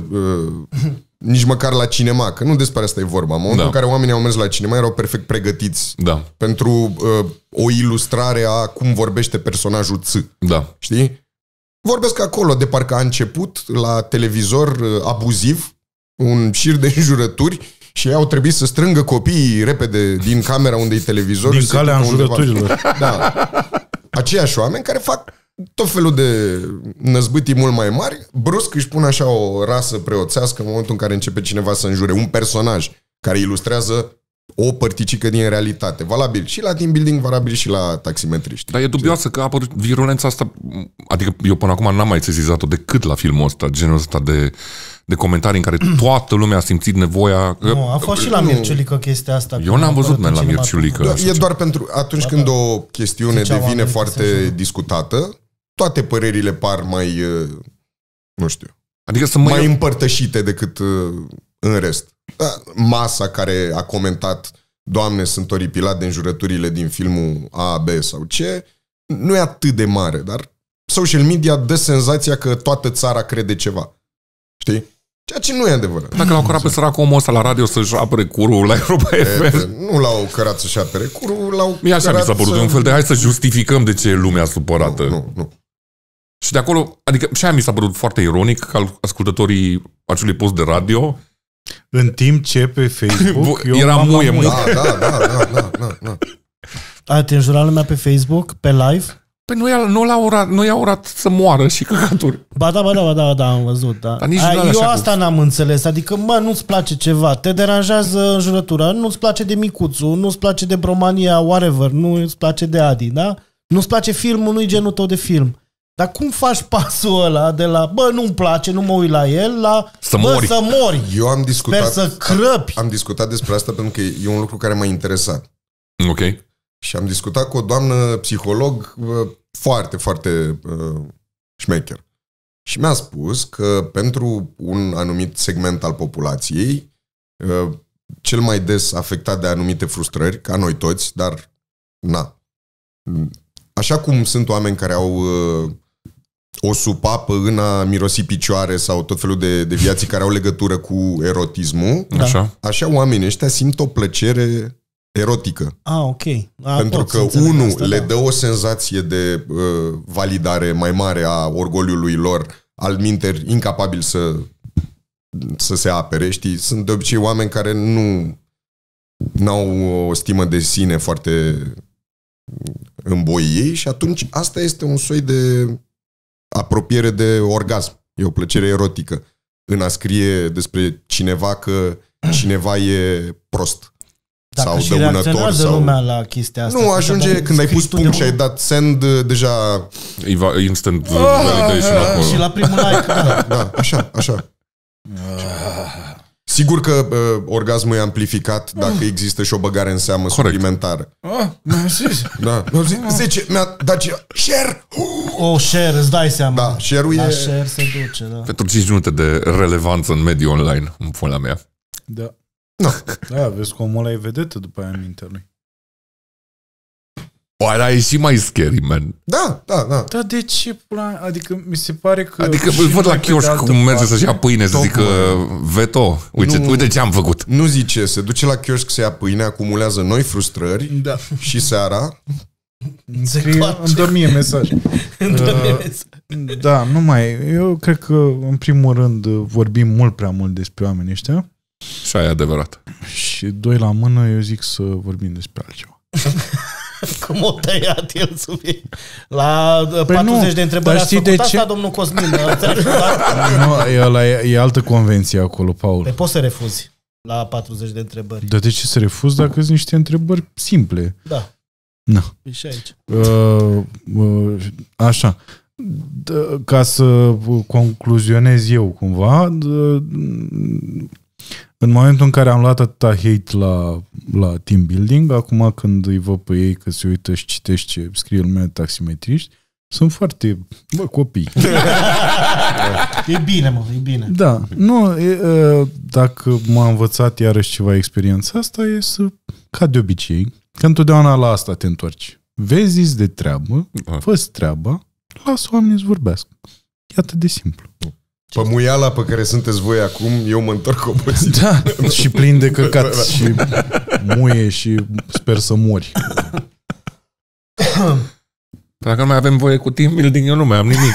[SPEAKER 4] nici măcar la cinema, că nu despre asta e vorba. În momentul
[SPEAKER 3] Da.
[SPEAKER 4] în care oamenii au mers la cinema, erau perfect pregătiți
[SPEAKER 3] Da,
[SPEAKER 4] pentru uh, o ilustrare a cum vorbește personajul ț.
[SPEAKER 3] da.
[SPEAKER 4] Știi? Vorbesc acolo de parcă a început la televizor uh, abuziv, un șir de înjurături și ei au trebuit să strângă copiii repede din camera unde e televizorul.
[SPEAKER 2] Din
[SPEAKER 4] să
[SPEAKER 2] calea
[SPEAKER 4] ducă undeva.
[SPEAKER 2] înjurăturilor.
[SPEAKER 4] Da. Aceiași oameni care fac tot felul de năzbâtii mult mai mari, brusc își pun așa o rasă preoțească în momentul în care începe cineva să înjure un personaj care ilustrează o părticică din realitate. Valabil și la team building, valabil și la taximetriști.
[SPEAKER 3] Dar e dubioasă că a apărut virulența asta, adică eu până acum n-am mai sesizat-o decât la filmul ăsta, genul ăsta de, de comentarii în care toată lumea a simțit nevoia...
[SPEAKER 1] Nu, a fost și la Mirciulică chestia asta.
[SPEAKER 3] Eu n-am văzut, man, la Mirciulică.
[SPEAKER 4] Da,
[SPEAKER 3] așa
[SPEAKER 4] e
[SPEAKER 3] ceva.
[SPEAKER 4] doar pentru atunci când o chestiune
[SPEAKER 1] Ziceau
[SPEAKER 4] devine
[SPEAKER 1] oamenii că se
[SPEAKER 4] foarte
[SPEAKER 1] ajută.
[SPEAKER 4] discutată, toate părerile par mai, uh, nu știu,
[SPEAKER 3] Adică să
[SPEAKER 4] mai
[SPEAKER 3] mă...
[SPEAKER 4] împărtășite decât uh, în rest. Da, Masa care a comentat Doamne, sunt oripilat de înjurăturile din filmul A, B sau C, nu e atât de mare, dar social media dă senzația că toată țara crede ceva. Știi? Ceea ce nu e adevărat.
[SPEAKER 3] Dacă l-au curat pe săracul omul ăsta la radio să-și apere curul la Europa FM,
[SPEAKER 4] Nu l-au cărat să-și apere curul, l-au
[SPEAKER 3] Mie așa mi
[SPEAKER 4] cărat
[SPEAKER 3] s-a părut,
[SPEAKER 4] să-
[SPEAKER 3] un fel de hai să justificăm de ce e lumea supărată.
[SPEAKER 4] Nu, nu, nu.
[SPEAKER 3] Și de acolo, adică și aia mi s-a părut foarte ironic că al- ascultătorii acelui post de radio
[SPEAKER 2] În timp ce pe Facebook...
[SPEAKER 3] Bă, era
[SPEAKER 2] m-am
[SPEAKER 3] muie,
[SPEAKER 2] la
[SPEAKER 3] mă.
[SPEAKER 4] Da, da, da, da, da, da, da.
[SPEAKER 1] A, te înjura lumea pe Facebook, pe live?
[SPEAKER 3] Păi nu, i-a, nu, l-a urat, nu i-a urat să moară și căcaturi.
[SPEAKER 1] Ba da, ba da, ba da, ba da, am văzut, da.
[SPEAKER 3] Dar nici
[SPEAKER 1] A,
[SPEAKER 3] nu era
[SPEAKER 1] eu
[SPEAKER 3] așa cu-
[SPEAKER 1] asta n-am înțeles, adică, mă, nu-ți place ceva, te deranjează înjurătura, nu-ți place de Micuțu, nu-ți place de Bromania, whatever, nu-ți place de Adi, da? Nu-ți place filmul, nu-i genul tău de film. Dar cum faci pasul ăla de la, bă, nu-mi place, nu mă uit la el, la,
[SPEAKER 3] Să
[SPEAKER 1] bă,
[SPEAKER 3] mori.
[SPEAKER 1] să mori,
[SPEAKER 4] Eu am
[SPEAKER 1] sper
[SPEAKER 4] discutat,
[SPEAKER 1] să crăpi.
[SPEAKER 4] am discutat despre asta pentru că e un lucru care m-a interesat.
[SPEAKER 3] Ok.
[SPEAKER 4] Și am discutat cu o doamnă psiholog uh, foarte, foarte uh, șmecher. Și mi-a spus că pentru un anumit segment al populației, uh, cel mai des afectat de anumite frustrări, ca noi toți, dar na. Așa cum sunt oameni care au uh, o supapă în a mirosi picioare sau tot felul de, de viații care au legătură cu erotismul,
[SPEAKER 1] Da.
[SPEAKER 3] Așa.
[SPEAKER 4] așa oamenii ăștia simt o plăcere erotică.
[SPEAKER 1] Ah, ok. A,
[SPEAKER 4] Pentru
[SPEAKER 1] pot să
[SPEAKER 4] că
[SPEAKER 1] înțeleg
[SPEAKER 4] unul
[SPEAKER 1] asta,
[SPEAKER 4] le
[SPEAKER 1] da.
[SPEAKER 4] dă o senzație de uh, validare mai mare a orgoliului lor, al minter incapabil să, să se apere, știi? Sunt de obicei oameni care nu au o stimă de sine foarte în boi ei și atunci asta este un soi de apropiere de orgasm. E o plăcere erotică în a scrie despre cineva că cineva e prost.
[SPEAKER 1] Dacă
[SPEAKER 4] sau
[SPEAKER 1] și
[SPEAKER 4] dăunător,
[SPEAKER 1] reacționează
[SPEAKER 4] sau-
[SPEAKER 1] lumea la chestia asta.
[SPEAKER 4] Nu,
[SPEAKER 1] că
[SPEAKER 4] ajunge
[SPEAKER 1] dacă
[SPEAKER 4] când ai pus
[SPEAKER 1] scrii tu
[SPEAKER 4] punct
[SPEAKER 1] de-
[SPEAKER 4] și ai dat send, uh, deja...
[SPEAKER 3] Îi va- Instant validation
[SPEAKER 1] Și
[SPEAKER 3] acolo.
[SPEAKER 1] la primul like, da.
[SPEAKER 4] Da, așa, așa. Sigur că uh, orgasmul e amplificat dacă există și o băgare în seamă
[SPEAKER 3] Corect.
[SPEAKER 4] suplimentară.
[SPEAKER 2] Ah, mi-am zis.
[SPEAKER 4] Da. 10, mi-a dat ce... Share!
[SPEAKER 1] O share, îți dai seama.
[SPEAKER 4] Da, share-ul
[SPEAKER 1] La
[SPEAKER 4] e...
[SPEAKER 1] share se duce, da.
[SPEAKER 3] Pentru 5 minute de relevanță în mediul online, în pula mea.
[SPEAKER 2] Da. Da, vezi că omul ăla e vedetă după aia în mintea lui.
[SPEAKER 3] Oare ai Păi, și mai scary, man.
[SPEAKER 4] Da, da, da.
[SPEAKER 2] Da, de ce? pula- Adică mi se pare că...
[SPEAKER 3] Adică
[SPEAKER 2] și
[SPEAKER 3] îl văd
[SPEAKER 2] noi
[SPEAKER 3] la
[SPEAKER 2] pe de
[SPEAKER 3] chioșc
[SPEAKER 2] altă
[SPEAKER 3] cum merge
[SPEAKER 2] parte-
[SPEAKER 3] să-și ia pâine, să
[SPEAKER 4] Top,
[SPEAKER 3] zică, Veto, uite,
[SPEAKER 4] Nu.
[SPEAKER 3] uite ce am făcut.
[SPEAKER 4] Nu zice, se duce la chioșc să ia pâine, acumulează noi frustrări
[SPEAKER 2] Da.
[SPEAKER 4] și seara.
[SPEAKER 2] Îmi Scrie,
[SPEAKER 1] toate.
[SPEAKER 2] îmi dă mie mesaj.
[SPEAKER 1] Da.
[SPEAKER 2] Uh, da, nu mai. Eu cred că, în primul rând, vorbim mult prea mult despre oamenii ăștia
[SPEAKER 3] Și aia e adevărat.
[SPEAKER 2] și, doi la mână, eu zic să vorbim despre altceva.
[SPEAKER 1] Cum o tăiat el subiect? La păi
[SPEAKER 2] Păi
[SPEAKER 1] 40 nu,
[SPEAKER 2] nu,
[SPEAKER 1] de întrebări
[SPEAKER 2] dar
[SPEAKER 1] ați
[SPEAKER 2] știi
[SPEAKER 1] făcut
[SPEAKER 2] de ce?
[SPEAKER 1] asta, domnul Cosmin. Da?
[SPEAKER 2] Nu, e, ăla, e, e altă convenție acolo,
[SPEAKER 1] Păi
[SPEAKER 2] Paul.
[SPEAKER 1] poți să refuzi la 40 de întrebări.
[SPEAKER 2] Dar de ce să refuz dacă sunt niște întrebări simple?
[SPEAKER 1] Da.
[SPEAKER 2] Na.
[SPEAKER 1] E și aici.
[SPEAKER 2] Uh, uh, așa. D- ca să concluzionez eu cumva, d- în momentul în care am luat atâta hate la, la team building, acum când îi văd pe ei că se uită și citește ce scrie lumea de taximetriști, sunt foarte, bă, copii.
[SPEAKER 1] E bine, mă, e bine.
[SPEAKER 2] Da, nu, e, uh, dacă m-a învățat iarăși ceva experiența asta, e să, ca de obicei, că întotdeauna la asta te întorci. Vezi de treabă,
[SPEAKER 3] Da.
[SPEAKER 2] fă treaba, lasă oamenii să vorbească. E atât de simplu.
[SPEAKER 4] Pe muiala pe care sunteți voi acum, eu mă întorc obosit.
[SPEAKER 2] Da, și plin de căcat și muie și sper să mori.
[SPEAKER 3] Păi Dacă nu mai avem voie cu team building, eu nu mai am nimic.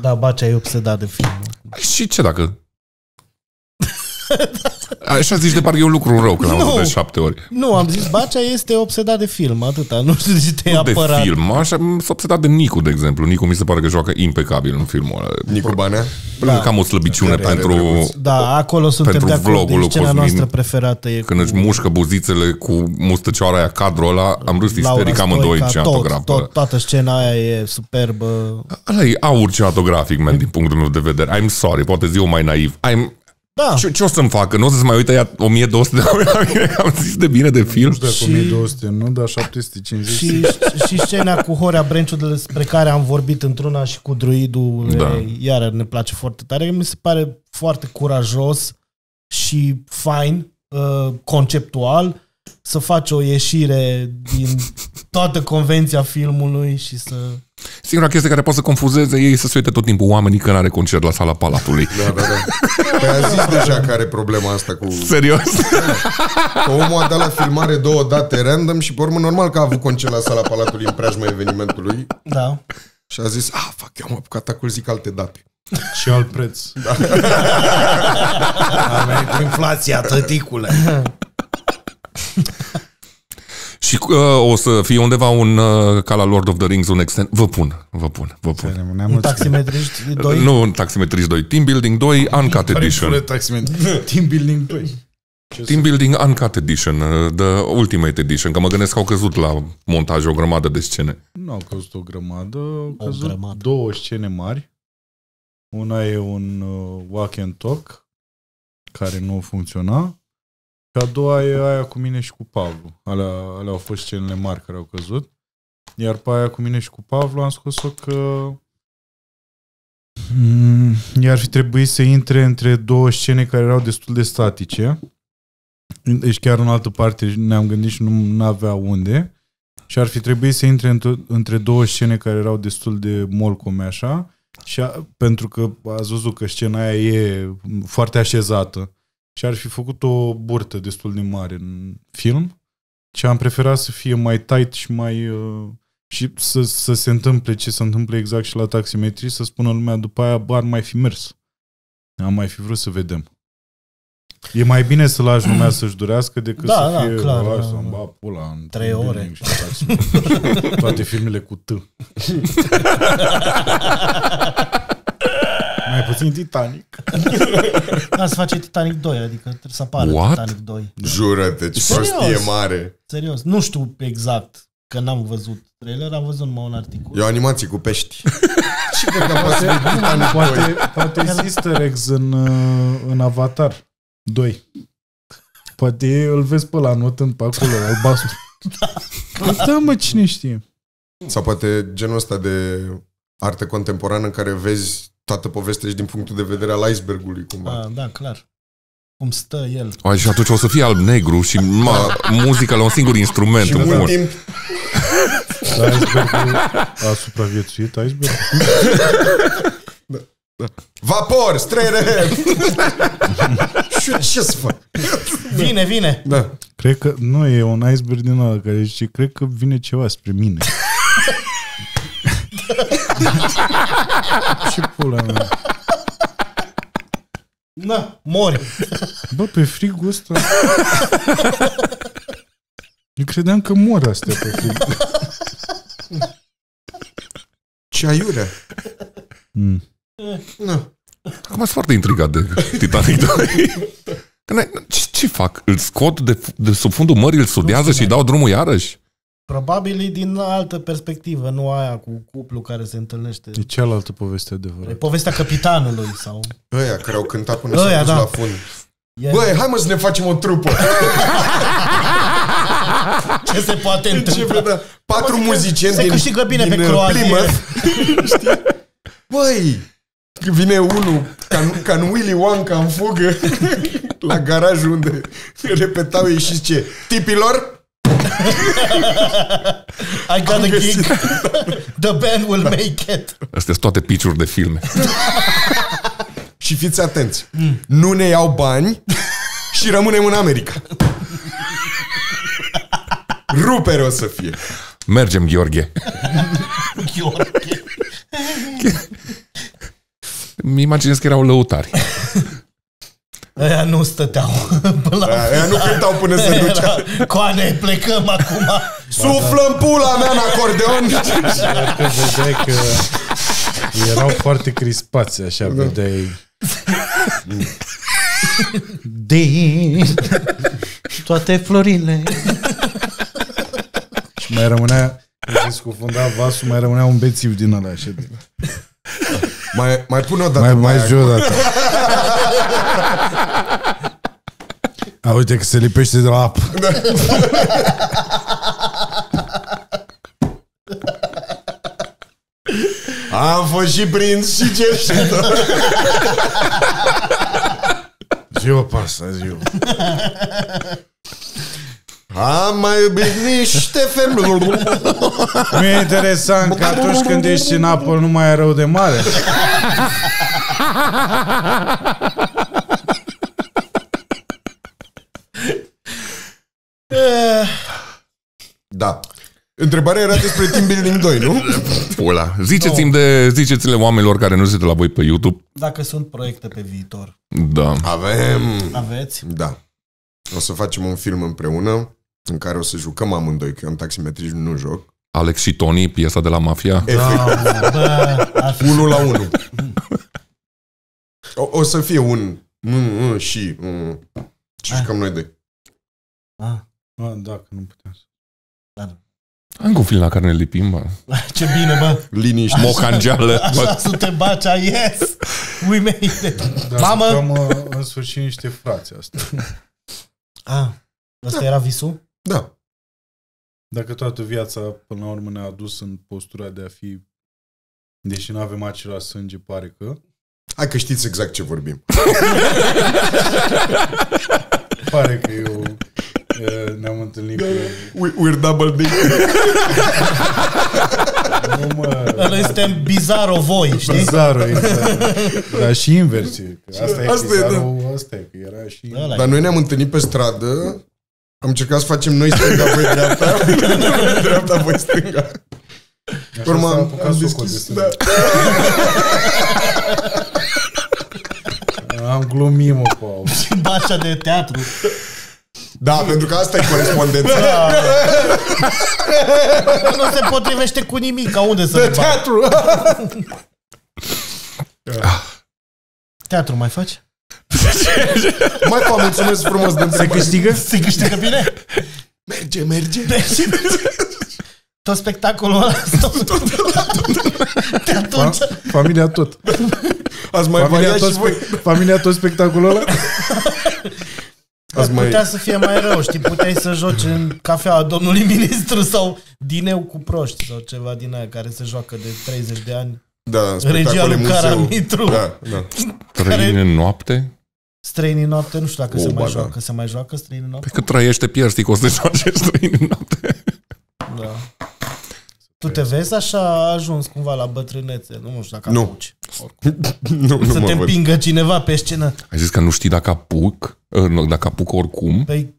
[SPEAKER 1] Da, Bacea e obsedat de film.
[SPEAKER 3] Păi și ce dacă? Așa zici de parcă e un lucru rău că l-am
[SPEAKER 1] Nu.
[SPEAKER 3] văzut de șapte ori.
[SPEAKER 1] Nu, am zis, Bacea este obsedat de film, atâta. Nu știu de ce te-ai
[SPEAKER 3] de
[SPEAKER 1] apărat.
[SPEAKER 3] film. Așa, m- s-a obsedat de Nicu, de exemplu. Nicu mi se pare că joacă impecabil în filmul ăla.
[SPEAKER 4] Nicu Banea?
[SPEAKER 3] Da. Cam o slăbiciune
[SPEAKER 4] Tare, tare
[SPEAKER 3] pentru
[SPEAKER 4] drăguț.
[SPEAKER 1] Da, acolo suntem
[SPEAKER 3] Pentru
[SPEAKER 1] de acord.
[SPEAKER 3] vlogul
[SPEAKER 1] Deci, scena
[SPEAKER 3] lui Cosmin,
[SPEAKER 1] noastră preferată e
[SPEAKER 3] când
[SPEAKER 1] cu
[SPEAKER 3] își mușcă buzițele cu mustăcioara aia, cadrul ăla, am râs
[SPEAKER 1] Laura
[SPEAKER 3] isteric amândoi
[SPEAKER 1] Stoica,
[SPEAKER 3] cinematograf.
[SPEAKER 1] tot, tot, toată scena aia e superbă.
[SPEAKER 3] Ăla e aur cinematografic, man, din punctul meu de vedere. I'm sorry, poate zi eu mai naiv. I'm,
[SPEAKER 1] Da,
[SPEAKER 3] ce, ce o să-mi facă? Nu o să-ți mai uite ea 1200 de oameni la mine? Am zis de bine de film.
[SPEAKER 2] Nu știu dacă 1200, nu, dar 750.
[SPEAKER 1] și, și scena cu Horea Brenciu despre care am vorbit într-una și cu druidul,
[SPEAKER 3] Da.
[SPEAKER 1] da. iară ne place foarte tare. Mi se pare foarte curajos și fain, uh, conceptual, să faci o ieșire din toată convenția filmului și să...
[SPEAKER 3] Singura chestie care poate să confuzeze ei e să se uite tot timpul oamenii când are concert la sala Palatului.
[SPEAKER 4] Da, da, da. Păi a zis deja care e problema asta cu...
[SPEAKER 3] Serios?
[SPEAKER 4] Că omul a dat la filmare două date random și pe urmă normal că a avut concert la sala Palatului în preajma evenimentului
[SPEAKER 1] Da.
[SPEAKER 4] și a zis, ah, fac, eu am apucat acolo, zic alte date.
[SPEAKER 2] și alt preț. Da.
[SPEAKER 5] A venit cu inflația, tăticule.
[SPEAKER 3] Și uh, o să fie undeva un, uh, ca la Lord of the Rings, un extend. Vă pun, vă pun, vă pun.
[SPEAKER 1] Un taximetriști doi. Păi,
[SPEAKER 3] Nu un taximetrist 2, Team Building 2, Uncut Edition.
[SPEAKER 2] Team building 2.
[SPEAKER 3] Team Building Uncut Edition, uh, The Ultimate Edition, că mă gândesc că au căzut la montaj o grămadă de scene.
[SPEAKER 2] Nu au căzut o grămadă, au căzut
[SPEAKER 1] grămadă.
[SPEAKER 2] două scene mari. Una e un uh, walk and talk, care nu funcționa. Și a doua e aia cu mine și cu Pavlu. Alea, alea au fost scenele mari care au căzut. Iar pe aia cu mine și cu Pavlu am scos-o că mm, i-ar fi trebuit să intre între două scene care erau destul de statice. Deci chiar în altă parte ne-am gândit și nu avea unde. Și ar fi trebuit să intre într- între două scene care erau destul de molcome așa, și a, pentru că ați văzut că scena aia e foarte așezată și ar fi făcut o burtă destul de mare în film și am preferat să fie mai tight și mai... uh, și să, să se întâmple ce se întâmplă exact și la taximetrii, să spună lumea după aia, bă, ar mai fi mers. Am mai fi vrut să vedem. E mai bine să lași lumea să-și durească decât
[SPEAKER 1] Da,
[SPEAKER 2] să
[SPEAKER 1] da,
[SPEAKER 2] fie
[SPEAKER 1] clar,
[SPEAKER 2] "Hai
[SPEAKER 1] da,
[SPEAKER 2] să-mi
[SPEAKER 1] da.
[SPEAKER 2] bag pula în
[SPEAKER 1] Trei
[SPEAKER 2] Team
[SPEAKER 1] ore.
[SPEAKER 2] Building și în taximetrii." Toate filmele cu T. Mai puțin Titanic.
[SPEAKER 1] Da, se face Titanic 2, adică trebuie să apară
[SPEAKER 3] What?
[SPEAKER 1] Titanic 2.
[SPEAKER 4] Jură-te, ce
[SPEAKER 1] Serios?
[SPEAKER 4] prostie mare.
[SPEAKER 1] Serios, nu știu exact, că n-am văzut trailer, am văzut numai un articol.
[SPEAKER 4] E o animație cu pești. și cred că poate Titanic doi.
[SPEAKER 2] Poate, poate există Rex în, uh, în Avatar 2. Poate îl vezi pe la not în pe acolo, albastru. Da, da, mă, cine știe.
[SPEAKER 4] Sau poate genul ăsta de artă contemporană în care vezi toată povestea și din punctul de vedere al icebergului cumva.
[SPEAKER 1] Ah, da, clar. cum stă el.
[SPEAKER 3] Ai, și atunci o să fie alb-negru și ma, muzica la un singur instrument.
[SPEAKER 4] Și
[SPEAKER 3] în
[SPEAKER 4] mult
[SPEAKER 3] fond.
[SPEAKER 4] timp
[SPEAKER 2] Icebergul a supraviețuit iceberg.
[SPEAKER 4] Vapor, străire! și eu ce să fac?
[SPEAKER 1] Vine, vine!
[SPEAKER 4] Da.
[SPEAKER 2] Cred că nu e un iceberg din ăla care zice, cred că vine ceva spre mine. Ce pula mea.
[SPEAKER 1] Na, mori!
[SPEAKER 2] Bă, pe frigul ăsta... Eu credeam că mor astea pe frig.
[SPEAKER 4] Ce aiurea?
[SPEAKER 2] Mm.
[SPEAKER 4] Nu.
[SPEAKER 3] Acum sunt foarte intrigat de Titanic 2. Că n-ai- ce, ce fac? Îl scot de, de sub fundul mării, îl sudează și dau drumul iarăși?
[SPEAKER 1] Probabil e din altă perspectivă, nu aia cu cuplu care se întâlnește.
[SPEAKER 2] E cealaltă poveste
[SPEAKER 1] E
[SPEAKER 2] adevărată.
[SPEAKER 1] povestea capitanului sau...
[SPEAKER 4] Ăia care au cântat până
[SPEAKER 1] Ăia,
[SPEAKER 4] s-au dus
[SPEAKER 1] da.
[SPEAKER 4] la fund.
[SPEAKER 1] E
[SPEAKER 4] Băi, hai mă să ne facem o trupă.
[SPEAKER 1] ce se poate
[SPEAKER 4] Începe,
[SPEAKER 1] întâmpla?
[SPEAKER 4] da. Patru muzicieni
[SPEAKER 1] se
[SPEAKER 4] din,
[SPEAKER 1] câștigă bine
[SPEAKER 4] din
[SPEAKER 1] pe
[SPEAKER 4] uh,
[SPEAKER 1] croazie.
[SPEAKER 4] Plymouth. Știi? Băi, când vine unul ca, în- ca în Willy Wonka în fugă la garajul unde repetau ei și ce tipilor
[SPEAKER 1] I got a gig.
[SPEAKER 4] găsit. Da.
[SPEAKER 1] The band will make it.
[SPEAKER 3] Astea sunt toate piciuri de filme.
[SPEAKER 4] și fiți atenți,
[SPEAKER 1] Mm.
[SPEAKER 4] nu ne iau bani și rămânem în America. Rupere o să fie.
[SPEAKER 3] Mergem, Gheorghe.
[SPEAKER 1] Gheorghe.
[SPEAKER 3] Mi imaginez că erau lăutari.
[SPEAKER 1] Aia nu stăteau până la...
[SPEAKER 4] Aia nu cântau până se ducea.
[SPEAKER 1] Era, Coane, plecăm acum.
[SPEAKER 4] Suflă în pula mea în acordeon.
[SPEAKER 2] Deci Că vedeai că erau foarte crispați, așa, vedeai.
[SPEAKER 6] Din toate florile.
[SPEAKER 2] Și mai rămânea, când scufunda vasul, mai rămânea un bețiv din ăla, așa. de-
[SPEAKER 4] Mai, mai pun o dată.
[SPEAKER 2] Mai, mai
[SPEAKER 4] aia.
[SPEAKER 2] zi o dată. A, uite că se lipește de la apă.
[SPEAKER 4] Am fost și prins și cerșit.
[SPEAKER 2] Ziua pasă, ziua.
[SPEAKER 4] Am mai iubit niște femei.
[SPEAKER 2] Nu e interesant că atunci când ești în apă nu mai e rău de mare.
[SPEAKER 4] Da. Întrebarea era despre Team Building 2, nu?
[SPEAKER 3] Pula. Ziceți-mi de, ziceți-le oamenilor care nu se uită la voi pe YouTube.
[SPEAKER 1] Dacă sunt proiecte pe viitor,
[SPEAKER 3] Da.
[SPEAKER 4] Avem...
[SPEAKER 1] aveți?
[SPEAKER 4] Da. O să facem un film împreună în care o să jucăm amândoi, că eu în taximetrism nu joc.
[SPEAKER 3] Alex și Tony, piesa de la Mafia.
[SPEAKER 4] Efectiv,
[SPEAKER 1] Bă, ar fi...
[SPEAKER 4] unul la unul. O, o să fie un... Mm, mm, și... Mm, și jucăm noi doi.
[SPEAKER 1] Ah,
[SPEAKER 2] Mă, da, că nu putem.
[SPEAKER 3] Am un film la care ne lipim, bă.
[SPEAKER 1] ce bine, bă.
[SPEAKER 4] Liniște.
[SPEAKER 3] Mocangeală.
[SPEAKER 1] Așa suntem bacea, yes! We made it!
[SPEAKER 2] Dar
[SPEAKER 1] Mamă!
[SPEAKER 2] Am în sfârșit niște frați asta.
[SPEAKER 1] Ah, ăsta era visul?
[SPEAKER 4] Da.
[SPEAKER 2] Dacă toată viața până la urmă ne-a adus în postura de a fi deși nu avem același sânge, pare că
[SPEAKER 4] Hai că știți exact ce vorbim.
[SPEAKER 2] pare că eu eh, ne-am întâlnit cu...
[SPEAKER 4] We- We're double dick.
[SPEAKER 2] Nu mă...
[SPEAKER 1] Noi suntem bizaro voi, știi?
[SPEAKER 2] Pizarro, exact. Dar și invers. e, că Asta e
[SPEAKER 4] Asta e, da.
[SPEAKER 2] Pizarro, asta e, că era și...
[SPEAKER 1] Ăla
[SPEAKER 4] Dar noi ne-am întâlnit pe stradă, am încercat să facem noi stânga, voi dreapta, dreapta, voi stânga. Pe urmă
[SPEAKER 2] s-a
[SPEAKER 4] am,
[SPEAKER 2] apucat
[SPEAKER 4] am
[SPEAKER 2] socul
[SPEAKER 4] deschis,
[SPEAKER 2] de
[SPEAKER 4] da.
[SPEAKER 2] stânga. Am glumit, mă, Paul.
[SPEAKER 1] e bacea de teatru.
[SPEAKER 4] da, pentru că asta e corespondența.
[SPEAKER 1] Nu se potrivește cu nimic, ca unde să le bag?
[SPEAKER 4] Teatru!
[SPEAKER 1] Teatru mai faci?
[SPEAKER 4] Mai pa, mulțumesc frumos de
[SPEAKER 2] Se
[SPEAKER 4] întrebare.
[SPEAKER 2] câștigă?
[SPEAKER 1] Se câștigă bine?
[SPEAKER 4] Merge, merge.
[SPEAKER 1] Tot spectacolul ăla? Tot, tot, tot, De
[SPEAKER 2] Fa-
[SPEAKER 1] atunci?
[SPEAKER 2] Familia tot.
[SPEAKER 4] Ați mai
[SPEAKER 2] Familia
[SPEAKER 4] variat
[SPEAKER 2] tot,
[SPEAKER 4] și voi. Da,
[SPEAKER 2] spe- familia tot spectacolul ăla?
[SPEAKER 4] Ați mai...
[SPEAKER 1] Putea să fie mai rău, știi? Puteai să joci în cafeaua domnului ministru sau dineu cu proști sau ceva din aia care se joacă de 30 de ani.
[SPEAKER 4] Da,
[SPEAKER 1] Regia
[SPEAKER 4] spectacole
[SPEAKER 1] lui
[SPEAKER 4] muzeu.
[SPEAKER 1] Caramitru.
[SPEAKER 4] Da, da.
[SPEAKER 3] Trăim în noapte.
[SPEAKER 1] străinii noapte, nu știu dacă
[SPEAKER 4] O,
[SPEAKER 1] se
[SPEAKER 4] ba,
[SPEAKER 1] mai
[SPEAKER 4] da.
[SPEAKER 1] joacă. Se mai joacă străinii noapte?
[SPEAKER 3] Pe că trăiește pierstic, o să te joace străin în noapte.
[SPEAKER 4] Păi,
[SPEAKER 1] Da. Tu te vezi așa ajuns cumva la bătrânețe, nu știu dacă
[SPEAKER 4] Nu.
[SPEAKER 1] apuci.
[SPEAKER 4] Nu, nu
[SPEAKER 1] Să
[SPEAKER 4] mă
[SPEAKER 1] te
[SPEAKER 4] văd.
[SPEAKER 1] împingă cineva pe scenă.
[SPEAKER 3] Ai zis că nu știi dacă apuc, eh, nu, dacă apuc oricum.
[SPEAKER 1] Păi,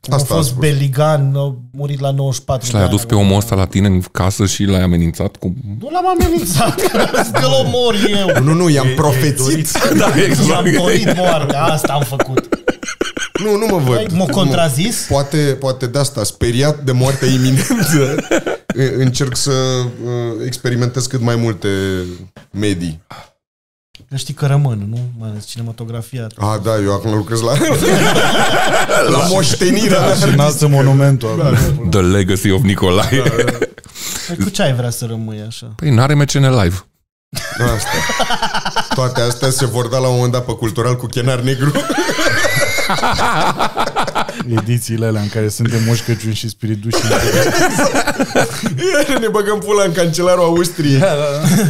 [SPEAKER 1] cum a
[SPEAKER 4] Asta a
[SPEAKER 1] fost
[SPEAKER 4] spus.
[SPEAKER 1] Beligan, a murit la 94
[SPEAKER 3] Și l-ai
[SPEAKER 1] de
[SPEAKER 3] adus
[SPEAKER 1] ani
[SPEAKER 3] pe
[SPEAKER 1] acum.
[SPEAKER 3] omul ăsta la tine în casă și l-ai amenințat cu...
[SPEAKER 1] Nu l-am amenințat, că l omor eu.
[SPEAKER 4] Nu, nu, nu, i-am profețit.
[SPEAKER 3] Da,
[SPEAKER 1] I-am dorit moartea, asta am făcut.
[SPEAKER 4] Nu, nu mă
[SPEAKER 1] Ai,
[SPEAKER 4] văd.
[SPEAKER 1] m-a
[SPEAKER 4] Nu.
[SPEAKER 1] Păi, contrazis?
[SPEAKER 4] Poate, poate de asta, speriat de moartea iminentă, e- încerc să uh, experimentez cât mai multe medii.
[SPEAKER 1] Că știi că rămân, nu? Mai ales cinematografia.
[SPEAKER 4] Ah, da, eu acum lucrez la, la moștenirea.
[SPEAKER 2] Da, Și înalță monumentul
[SPEAKER 4] Da,
[SPEAKER 2] acolo.
[SPEAKER 3] The Legacy of Nicolae.
[SPEAKER 1] Păi cu ce ai vrea să rămâi așa?
[SPEAKER 3] Păi n-are MCN Live.
[SPEAKER 4] Da, Asta. Toate astea se vor da la un moment dat pe cultural cu chenar negru. da.
[SPEAKER 2] Edițiile alea în care suntem moși Crăciun și spirit duși.
[SPEAKER 4] Iar ne băgăm pula în cancelarul Austriei.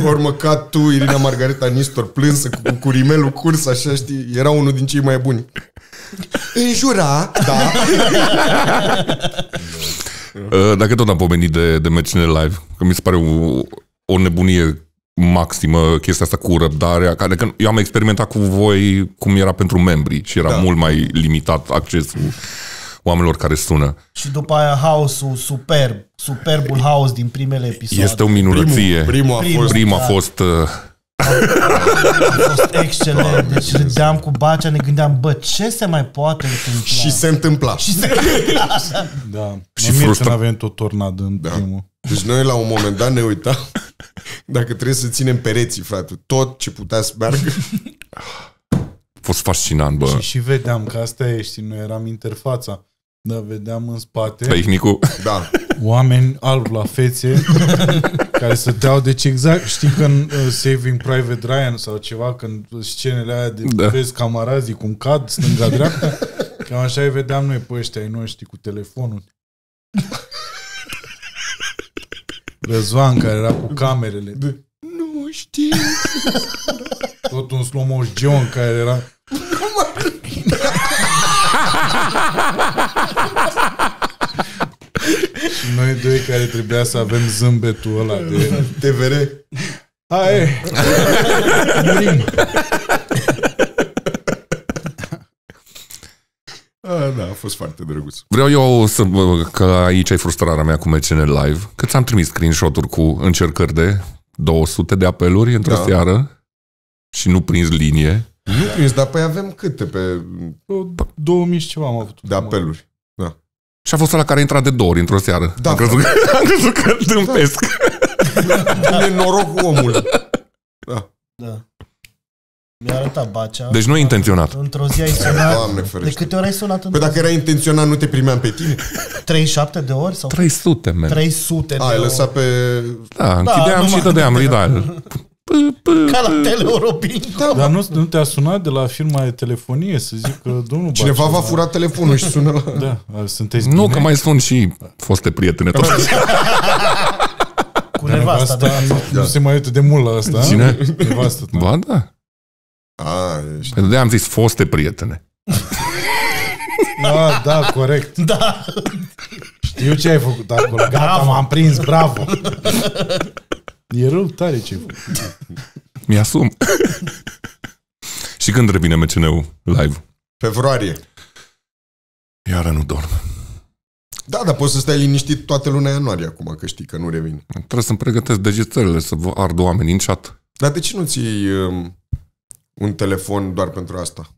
[SPEAKER 4] Ori măcat tu, Irina Margareta Nistor, plânsă cu, cu rimelul curs, așa știi, era unul din cei mai buni. Înjura, da.
[SPEAKER 3] Eh, Dacă tot am pomenit de, de MCN Live, că mi se pare o, o nebunie maximă chestia asta cu răbdarea, care că adică eu am experimentat cu voi cum era pentru membrii și era da. mult mai limitat accesul oamenilor care sună.
[SPEAKER 1] Și după aia house-ul superb, superbul house din primele episoade.
[SPEAKER 3] Este o minunăție.
[SPEAKER 4] Primul, primul a fost.
[SPEAKER 3] Prima a
[SPEAKER 1] Da.
[SPEAKER 3] fost... Uh,
[SPEAKER 1] A fost excelent. Deci râdeam cu Bacea, ne gândeam, bă, ce se mai poate întâmpla?
[SPEAKER 4] Și se întâmpla.
[SPEAKER 1] și se...
[SPEAKER 2] Da.
[SPEAKER 3] Și
[SPEAKER 2] Și mă mir
[SPEAKER 3] frustra-
[SPEAKER 2] să avem tot tornad în da. primul.
[SPEAKER 4] Deci noi la un moment dat ne uitam dacă trebuie să ținem pereții, frate. Tot ce putea să meargă.
[SPEAKER 3] a fost fascinant,
[SPEAKER 2] Și,
[SPEAKER 3] bă.
[SPEAKER 2] și vedeam că asta e, știi, noi eram interfața. Da, vedeam în spate
[SPEAKER 3] Tehnicul.
[SPEAKER 4] Da.
[SPEAKER 2] oameni albi la fețe care stăteau, deci exact, știi când uh, Saving Private Ryan sau ceva, când scenele aia de
[SPEAKER 3] Da.
[SPEAKER 2] da. vezi camarazii cum cad stânga-dreapta, cam așa îi vedeam noi pe ăștia ai noștri cu telefonul. Răzvan care era cu camerele.
[SPEAKER 4] Nu știu.
[SPEAKER 2] Tot un slow motion John care era Și noi doi care trebuia să avem zâmbetul ăla de
[SPEAKER 4] TVR.
[SPEAKER 2] Hai! Murim!
[SPEAKER 4] A, da, a fost foarte drăguț.
[SPEAKER 3] Vreau eu să vă- că aici ai frustrarea mea cu MCN Live, că ți-am trimis screenshot-uri cu încercări de 200 de apeluri într-o da.
[SPEAKER 4] Da.
[SPEAKER 3] seară și nu prins linie.
[SPEAKER 4] Nu prins, dar păi avem câte pe da,
[SPEAKER 2] Vreo 2000 și ceva am avut.
[SPEAKER 4] de apeluri.
[SPEAKER 3] Și a fost la care a intrat de două ori într-o seară.
[SPEAKER 4] Da,
[SPEAKER 3] am, crezut că, am crezut că tâmpesc.
[SPEAKER 4] Da. E noroc cu omul.
[SPEAKER 1] Da. Mi-a arătat Bacea.
[SPEAKER 3] Deci nu intenționat.
[SPEAKER 1] Într-o zi ai sunat...
[SPEAKER 4] Doamne
[SPEAKER 1] De
[SPEAKER 4] ferește.
[SPEAKER 1] câte ori ai sunat?
[SPEAKER 4] Păi
[SPEAKER 1] Într-o
[SPEAKER 4] dacă
[SPEAKER 1] zi?
[SPEAKER 4] era intenționat, nu te primeam pe tine?
[SPEAKER 1] 37 de ori? Sau
[SPEAKER 3] 300, man.
[SPEAKER 1] 300 de
[SPEAKER 4] A, ai
[SPEAKER 1] ori?
[SPEAKER 4] lăsat pe...
[SPEAKER 3] Da, închideam
[SPEAKER 1] numai
[SPEAKER 3] și dădeam ridal.
[SPEAKER 1] Ca la teleorobin.
[SPEAKER 4] Da.
[SPEAKER 2] Dar nu, nu te-a sunat de la firma de telefonie să zic că domnul
[SPEAKER 4] Cineva
[SPEAKER 2] Bacea,
[SPEAKER 4] va fura telefonul și sună la...
[SPEAKER 2] Da, a, sunteți
[SPEAKER 3] Nu,
[SPEAKER 2] bine?
[SPEAKER 3] că mai sunt și foste prietene. Tot așa.
[SPEAKER 1] Cu
[SPEAKER 2] Dar
[SPEAKER 1] nevasta.
[SPEAKER 2] nevasta
[SPEAKER 1] Da.
[SPEAKER 2] nu, nu se mai uită de mult la asta. a?
[SPEAKER 3] Cine?
[SPEAKER 2] Nevastă. ta.
[SPEAKER 3] Ba da.
[SPEAKER 4] A, ești...
[SPEAKER 3] Păi de am zis foste prietene.
[SPEAKER 2] Da, da, corect.
[SPEAKER 1] da.
[SPEAKER 2] Știu ce ai făcut acolo. Gata,
[SPEAKER 1] Bravo.
[SPEAKER 2] m-am prins, bravo. E rău tare ce ai făcut.
[SPEAKER 3] Mi-asum. și când revine MCN-ul live?
[SPEAKER 4] Februarie.
[SPEAKER 3] Iară nu dorm.
[SPEAKER 4] Da, dar poți să stai liniștit toată luna ianuarie acum, că știi că nu revin.
[SPEAKER 3] Trebuie să-mi pregătesc degetele să vă ard oamenii în chat.
[SPEAKER 4] Dar de ce nu ți iei um, un telefon doar pentru asta?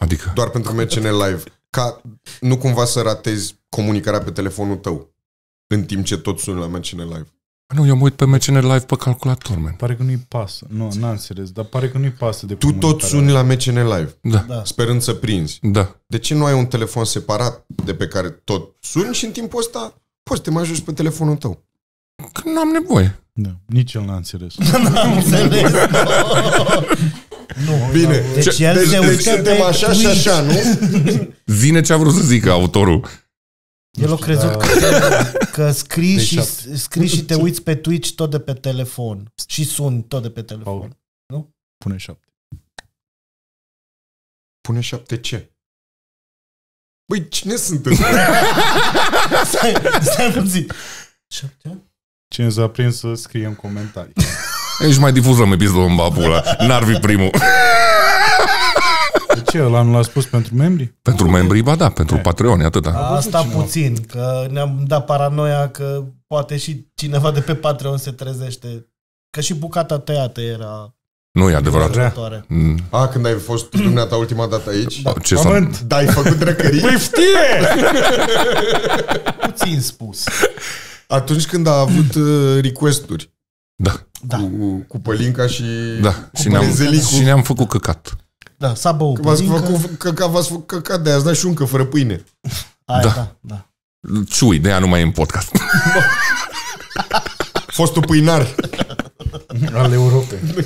[SPEAKER 3] Adică,
[SPEAKER 4] Doar pentru MCN Live? Ca nu cumva să ratezi comunicarea pe telefonul tău în timp ce tot suni la MCN Live.
[SPEAKER 3] nu, eu mă uit pe MCN Live pe calculator, man.
[SPEAKER 2] Pare că nu-i pasă. Nu, n-am înțeles, dar pare că nu-i pasă de
[SPEAKER 4] Tu tot
[SPEAKER 2] comunicarea.
[SPEAKER 4] suni la MCN Live,
[SPEAKER 3] Da,
[SPEAKER 1] da.
[SPEAKER 4] sperând să prinzi.
[SPEAKER 3] da.
[SPEAKER 4] De ce nu ai un telefon separat de pe care tot suni și în timpul ăsta poți să te mai ajungi pe telefonul tău?
[SPEAKER 3] Că nu am nevoie.
[SPEAKER 2] Da, nici el n-a înțeles.
[SPEAKER 1] da, Am înțeles. Nu,
[SPEAKER 4] Bine.
[SPEAKER 1] Deci el
[SPEAKER 4] deci,
[SPEAKER 1] se
[SPEAKER 4] deci
[SPEAKER 1] uită
[SPEAKER 4] suntem
[SPEAKER 1] pe
[SPEAKER 4] așa și
[SPEAKER 1] Twitch.
[SPEAKER 4] așa, nu?
[SPEAKER 3] Zine ce a vrut să zică autorul.
[SPEAKER 1] El a crezut că, că scrii,
[SPEAKER 2] Deci
[SPEAKER 1] și,
[SPEAKER 2] șapte.
[SPEAKER 1] scrii și te uiți pe Twitch tot de pe telefon. Și suni tot de pe telefon.
[SPEAKER 2] Paul. Pune șapte.
[SPEAKER 4] pune 7C. Băi, cine sunteți?
[SPEAKER 1] Stai puțin.
[SPEAKER 2] Cine s-a prins să scrie în comentarii.
[SPEAKER 3] Ești mai difuzăm episodul în bapula. N-ar fi primul.
[SPEAKER 2] De ce? Ăla nu l-a spus pentru membri?
[SPEAKER 3] pentru membrii, ba da, pentru Patreon, atâta.
[SPEAKER 1] Asta puțin, că ne-am dat paranoia că poate și cineva de pe Patreon se trezește. Că și bucata tăiată era
[SPEAKER 3] Nu e adevărat.
[SPEAKER 1] următoare.
[SPEAKER 3] Mm.
[SPEAKER 4] A, când ai fost dumneata ultima dată aici? Da.
[SPEAKER 3] Ce s-a...
[SPEAKER 4] Da, ai făcut răcării?
[SPEAKER 2] Piftie!
[SPEAKER 1] Puțin spus.
[SPEAKER 4] Atunci când a avut uh, request-uri
[SPEAKER 3] Da,
[SPEAKER 4] cu, cu Pălinca și...
[SPEAKER 3] da.
[SPEAKER 4] Cu
[SPEAKER 3] Și ne-am,
[SPEAKER 4] Prezelicu.
[SPEAKER 3] și ne-am făcut căcat.
[SPEAKER 1] Da, s-a băut.
[SPEAKER 4] Că v-ați
[SPEAKER 1] puțin,
[SPEAKER 4] făcut căca, v-ați făcut căca de azi, da și uncă fără pâine.
[SPEAKER 1] Aia,
[SPEAKER 3] Da.
[SPEAKER 1] da. da, da.
[SPEAKER 3] Ciui, de ea nu mai e în podcast.
[SPEAKER 4] Fostul pâinar.
[SPEAKER 2] Al Europei.
[SPEAKER 3] Păi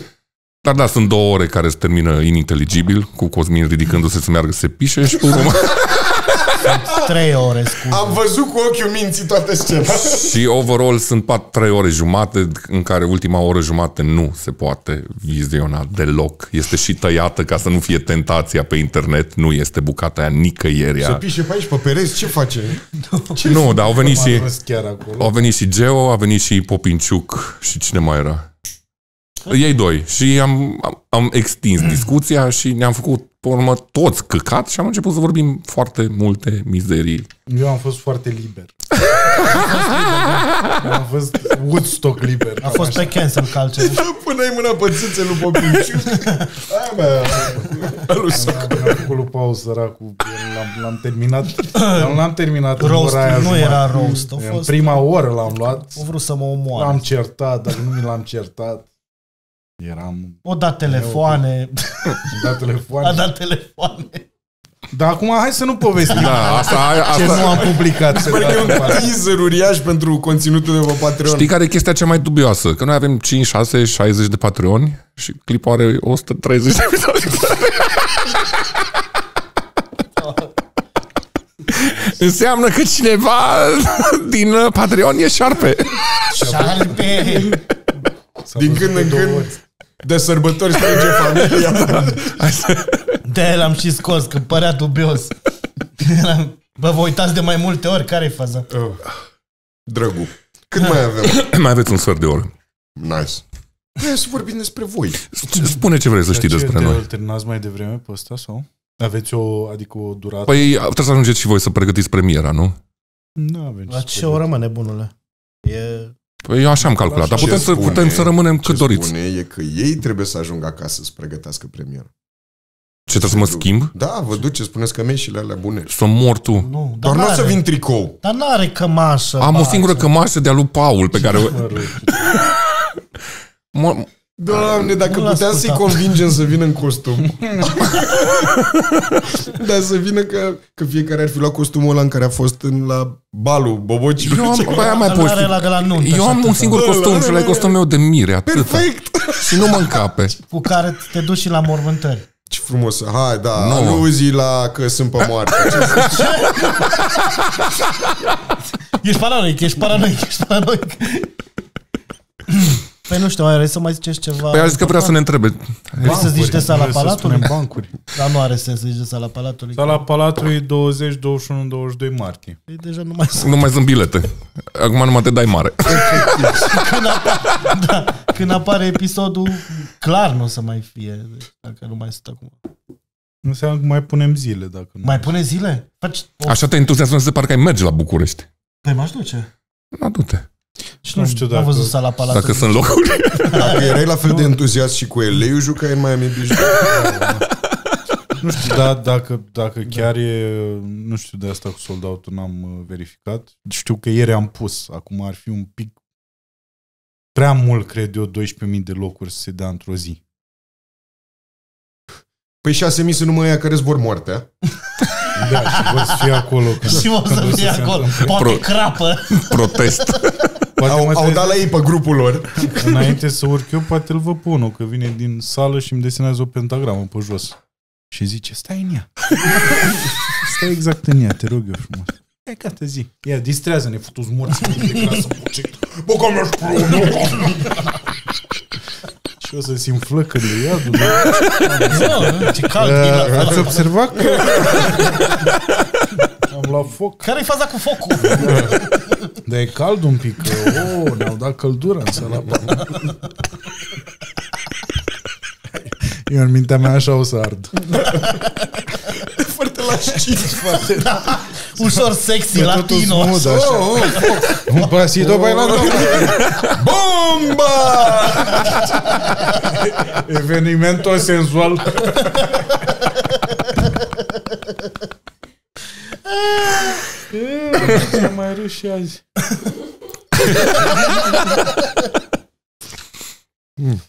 [SPEAKER 3] Dar da, sunt două ore care se termină ininteligibil, cu Cosmin ridicându-se să meargă să se pișe și cu urmă.
[SPEAKER 1] Trei ore, scuze.
[SPEAKER 4] Am văzut cu ochiul minții toată scena.
[SPEAKER 3] și overall sunt 3 ore jumate în care ultima oră jumate nu se poate viziona deloc. Este și tăiată ca să nu fie tentația pe internet, nu este bucata aia nicăieri.
[SPEAKER 4] Se
[SPEAKER 3] ea.
[SPEAKER 4] pișe pe aici, pe pereți, ce face?
[SPEAKER 3] Nu, dar au venit
[SPEAKER 2] M-a
[SPEAKER 3] și...
[SPEAKER 2] ajuns chiar acolo.
[SPEAKER 3] Au venit și Geo, a venit și Popinciuc și cine mai era? Ei doi. Și am, am, am extins discuția și ne-am făcut pe urmă toți căcat și am început să vorbim foarte multe mizerii.
[SPEAKER 2] Eu am fost foarte liber. am fost Woodstock liber.
[SPEAKER 1] A fost pe cancel culture.
[SPEAKER 4] Până Da, ai mâna pe țâțe lui Popiciu. Aia mea. Alu soc.
[SPEAKER 2] Mi-a făcut lui Paul săracul, eu l-am, l-am terminat, dar nu l-am terminat în
[SPEAKER 1] Roast
[SPEAKER 2] ora aia
[SPEAKER 1] nu
[SPEAKER 2] jumătate.
[SPEAKER 1] era roast, a
[SPEAKER 2] În
[SPEAKER 1] fost...
[SPEAKER 2] prima oră l-am luat,
[SPEAKER 1] Au vrut să mă omoare.
[SPEAKER 2] l-am certat, dar nu mi l-am certat. Eram
[SPEAKER 1] O dat telefoane,
[SPEAKER 2] la
[SPEAKER 1] a da.
[SPEAKER 2] telefon.
[SPEAKER 1] dat telefoane.
[SPEAKER 2] Dar acum hai să nu povestim
[SPEAKER 3] Da, asta, aia-
[SPEAKER 2] ce nu
[SPEAKER 3] asta
[SPEAKER 2] am publicat. să
[SPEAKER 4] E
[SPEAKER 2] fac
[SPEAKER 4] un
[SPEAKER 2] parte.
[SPEAKER 4] teaser uriaș pentru conținutul de pe Patreon.
[SPEAKER 3] Știi care e chestia cea mai dubioasă? Că noi avem 5, 6, 60 de patroni și clipul are 130 de episoade. Înseamnă că cineva din Patreon e șarpe.
[SPEAKER 1] Șarpe!
[SPEAKER 2] S-a
[SPEAKER 4] Din
[SPEAKER 2] văzut
[SPEAKER 4] când în
[SPEAKER 2] de două
[SPEAKER 4] când.
[SPEAKER 2] ori.
[SPEAKER 4] De sărbători strânge familia.
[SPEAKER 1] de l-am și scos, că părea dubios. Eram- Bă, vă uitați de mai multe ori, care-i faza?
[SPEAKER 4] Oh. Drăgu. Cât mai avem?
[SPEAKER 3] mai aveți un sfert de oră.
[SPEAKER 4] Nice. Vreau să vorbim despre voi.
[SPEAKER 3] Spune ce vrei să știi
[SPEAKER 2] Dar ce,
[SPEAKER 3] despre
[SPEAKER 2] te-
[SPEAKER 3] noi.
[SPEAKER 2] Îl terminați mai devreme pe ăsta sau? Aveți o, adică o durată?
[SPEAKER 3] Păi trebuie să ajungeți și voi să pregătiți premiera, nu?
[SPEAKER 2] nu păi avem
[SPEAKER 1] La
[SPEAKER 2] să
[SPEAKER 1] ce
[SPEAKER 2] vorbim.
[SPEAKER 1] oră, mă, nebunule? E...
[SPEAKER 3] Păi eu așa am calculat, dar
[SPEAKER 4] Ce
[SPEAKER 3] putem, să,
[SPEAKER 4] spune-
[SPEAKER 3] putem să rămânem
[SPEAKER 4] Ce
[SPEAKER 3] cât doriți.
[SPEAKER 4] spune e că ei trebuie să ajungă acasă să pregătească premiera.
[SPEAKER 3] Ce trebuie să mă schimb?
[SPEAKER 4] Da, vă duceți, spuneți că și alea bune.
[SPEAKER 3] Să mor tu.
[SPEAKER 1] Nu, dar
[SPEAKER 4] Doar nu o
[SPEAKER 1] n-are-
[SPEAKER 4] să vin tricou.
[SPEAKER 1] Dar n-are cămașă.
[SPEAKER 3] Am o
[SPEAKER 1] ba,
[SPEAKER 3] singură cămașă de-a lui Paul pe care...
[SPEAKER 2] Mă rog.
[SPEAKER 3] Mă-
[SPEAKER 4] Doamne, dacă
[SPEAKER 1] Nu l-a
[SPEAKER 4] puteam să-i
[SPEAKER 1] ascultat.
[SPEAKER 4] convingem să vină în costum. Dar să vină că, că fiecare ar fi luat costumul ăla în care a fost în, la balul bobocilor.
[SPEAKER 3] Eu am, băi, am mai
[SPEAKER 1] Dar
[SPEAKER 3] post.
[SPEAKER 1] n-are la de la nuntă și
[SPEAKER 3] Eu am un
[SPEAKER 1] atâta.
[SPEAKER 3] singur costum și la costumul meu de mire, atât.
[SPEAKER 4] Perfect!
[SPEAKER 3] Și nu mă încape.
[SPEAKER 1] Cu care te duci și la mormântări.
[SPEAKER 4] Ce frumos! Hai, da,
[SPEAKER 3] Nu.
[SPEAKER 4] no. aluzii la că sunt pe moarte.
[SPEAKER 1] Ești paranoic, ești paranoic, ești paranoic. Păi nu știu, mai vrei să mai ziceți ceva?
[SPEAKER 3] Păi a zis că vrea să ne întrebe.
[SPEAKER 1] Vrei să zici de sala
[SPEAKER 2] Vreau să
[SPEAKER 1] palatului?
[SPEAKER 2] spunem bancuri.
[SPEAKER 1] Dar nu are sens să zici de sala palatului.
[SPEAKER 2] Sala Palatului 20, 21, 22 martie.
[SPEAKER 1] Păi Deja nu mai sunt.
[SPEAKER 3] Nu mai sunt bilete. Acum numai te dai mare.
[SPEAKER 1] Când, apa- da, când apare episodul, clar nu o să mai fie. Deci, dacă nu mai sunt acum.
[SPEAKER 2] Înseamnă că mai punem zile dacă nu.
[SPEAKER 1] Mai pune zile? Faci o...
[SPEAKER 3] Așa te entuziasmează de parcă ai merge la București.
[SPEAKER 1] Păi m-aș duce.
[SPEAKER 3] Na, du-te.
[SPEAKER 1] Și
[SPEAKER 2] Nu știu
[SPEAKER 1] Am
[SPEAKER 2] dacă-
[SPEAKER 1] văzut sala palatului.
[SPEAKER 3] Dacă sunt locuri.
[SPEAKER 4] Dacă erai la fel de entuziast și cu eleiul, jucai în Miami Beach.
[SPEAKER 2] Nu știu, da, dacă, dacă chiar e, nu știu de asta cu sold out n-am uh, verificat. Știu că ieri am pus, acum ar fi un pic prea mult, cred eu, 12.000 de locuri să se dea într-o zi.
[SPEAKER 4] Păi 6.000 sunt numai aia care zbor moartea.
[SPEAKER 2] Da, și vor să fie acolo. Când,
[SPEAKER 1] Și o să
[SPEAKER 2] când
[SPEAKER 1] fie
[SPEAKER 2] se
[SPEAKER 1] acolo.
[SPEAKER 2] întâmple.
[SPEAKER 1] Poate
[SPEAKER 3] Pro-
[SPEAKER 1] crapă.
[SPEAKER 3] Protest.
[SPEAKER 2] Poate
[SPEAKER 4] Au, au
[SPEAKER 2] mă trezesc-
[SPEAKER 4] dat la ei pe grupul lor.
[SPEAKER 2] Înainte să urc eu, poate îl văd pe unul, că vine din sală și îmi desenează o pentagramă pe jos. Și zice, stai în ea. stai exact în ea, te rog eu frumos. E gata, zi. Ia, distrează-ne, futu-ți morți. de clasă, buce.
[SPEAKER 4] Bă, cum ești
[SPEAKER 2] și Și o să simt flăcările iadului. Da,
[SPEAKER 1] Nu, ce cald e la
[SPEAKER 2] Uh, Ați
[SPEAKER 1] fel.
[SPEAKER 2] observat că... Am luat foc.
[SPEAKER 1] Care-i faza cu focul?
[SPEAKER 2] Dar e cald un pic. că, Oh, ne-au dat căldură în sala Paula. Eu în mintea mea așa o să ard.
[SPEAKER 4] Foarte la știți, frate.
[SPEAKER 1] Ușor sexy,
[SPEAKER 2] Pe totul
[SPEAKER 1] latino.
[SPEAKER 2] smud, așa. Un pasito bailando.
[SPEAKER 4] Bomba!
[SPEAKER 2] Evenimentul senzual. Ce mai râs și azi.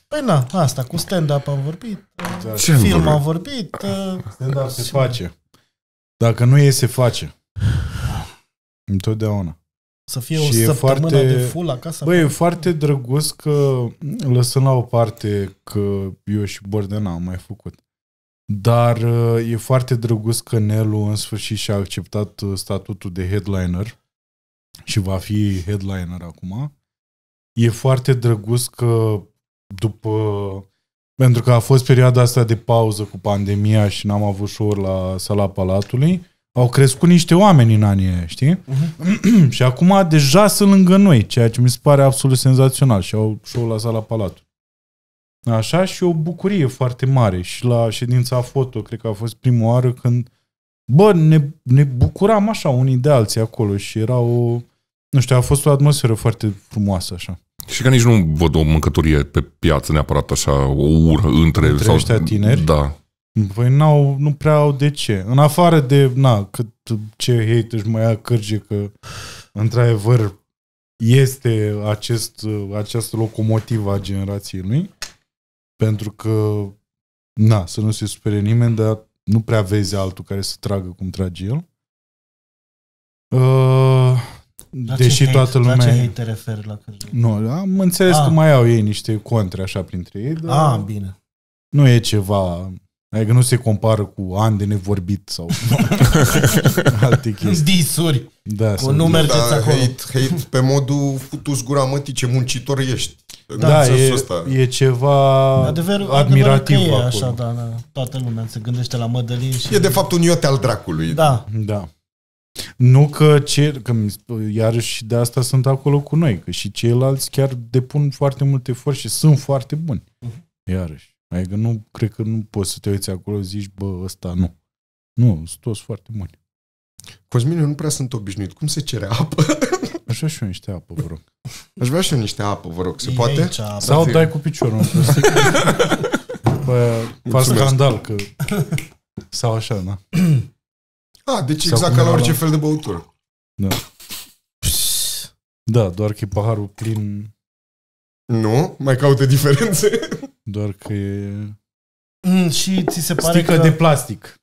[SPEAKER 1] Păi na, asta, cu stand-up am vorbit,
[SPEAKER 3] Ce
[SPEAKER 1] film am
[SPEAKER 3] vorbim?
[SPEAKER 1] vorbit, uh,
[SPEAKER 2] Stand-up se face. Dacă nu e, se face. Întotdeauna.
[SPEAKER 1] să fie o
[SPEAKER 2] Și e
[SPEAKER 1] săptămână
[SPEAKER 2] foarte-
[SPEAKER 1] de full acasă.
[SPEAKER 2] Băi, e foarte drăguț că lăsăm la o parte că eu și Bordena am mai făcut. Dar uh, e foarte drăguț că Nelu în sfârșit și-a acceptat uh, statutul de headliner și va fi headliner acum. E foarte drăguț că după... Pentru că a fost perioada asta de pauză cu pandemia și n-am avut show la sala Palatului, au crescut niște oameni în anii aia, știi? și acum deja sunt lângă noi, ceea ce mi se pare absolut senzațional și au show la sala Palatul. Așa și o bucurie foarte mare și la ședința foto, cred că a fost prima oară când bă, ne, ne bucuram așa unii de alții acolo și era o nu știu, a fost o atmosferă foarte frumoasă așa.
[SPEAKER 3] Și că nici nu văd o mâncătorie pe piață neapărat așa, o ură între...
[SPEAKER 2] Între ăștia tineri?
[SPEAKER 3] Da.
[SPEAKER 2] Păi n-au, nu prea au de ce. În afară de, na, cât ce hate își mai ia cărge că într-adevăr este acest, acest locomotiv a generației lui, pentru că, na, să nu se supere nimeni, dar nu prea vezi altul care să tragă cum trage el. Uh,
[SPEAKER 1] La ce
[SPEAKER 2] deși
[SPEAKER 1] hate-
[SPEAKER 2] toată lumea...
[SPEAKER 1] La ce hate te referi la când...
[SPEAKER 2] nu, am înțeles
[SPEAKER 1] Ah.
[SPEAKER 2] că mai au ei niște contre așa printre ei, dar
[SPEAKER 1] Ah, bine.
[SPEAKER 2] nu e ceva... Adică nu se compară cu ani de nevorbit sau alte chestii.
[SPEAKER 1] Disuri,
[SPEAKER 2] Da,
[SPEAKER 1] cu
[SPEAKER 2] sau-
[SPEAKER 1] nu mergeți
[SPEAKER 4] Da,
[SPEAKER 1] acolo.
[SPEAKER 4] hate, hate pe modul futus gura mătii, ce muncitor ești.
[SPEAKER 2] da,
[SPEAKER 4] În sensul
[SPEAKER 2] e,
[SPEAKER 4] ăsta.
[SPEAKER 2] e ceva
[SPEAKER 1] Adevărul, admirativ
[SPEAKER 2] admirativ
[SPEAKER 1] adevărul că e
[SPEAKER 2] acolo.
[SPEAKER 1] așa, da, da, toată lumea se gândește la Mădălin și...
[SPEAKER 4] E de fapt un iote al dracului.
[SPEAKER 1] Da,
[SPEAKER 2] Da. Nu că, ce, că mi sp- iarăși de asta sunt acolo cu noi, că și ceilalți chiar depun foarte mult efort și sunt foarte buni.
[SPEAKER 1] Mhm.
[SPEAKER 2] Iarăși. Adică nu, cred că nu poți să te uiți acolo zici, bă, ăsta nu. Nu, sunt toți foarte buni.
[SPEAKER 4] Cosmin, eu nu prea sunt obișnuit. Cum se cere apă?
[SPEAKER 2] Așa și eu niște apă, vă rog.
[SPEAKER 4] Aș vrea și eu niște apă, vă rog. Se
[SPEAKER 1] e
[SPEAKER 4] poate?
[SPEAKER 1] aici apă.
[SPEAKER 2] Sau dai cu piciorul într-o sticlă. După aia faci
[SPEAKER 4] Mulțumesc.
[SPEAKER 2] scandal că... Sau așa, da.
[SPEAKER 4] A, deci
[SPEAKER 2] Sau
[SPEAKER 4] exact
[SPEAKER 2] cum
[SPEAKER 4] ca la
[SPEAKER 2] era
[SPEAKER 4] orice
[SPEAKER 2] la-
[SPEAKER 4] fel de băutură.
[SPEAKER 2] Da, doar că e paharul plin,
[SPEAKER 4] Nu? Mai caută diferențe?
[SPEAKER 2] doar că e
[SPEAKER 1] Mm, și ți se pare
[SPEAKER 2] sticlă
[SPEAKER 1] că... da.
[SPEAKER 2] de plastic.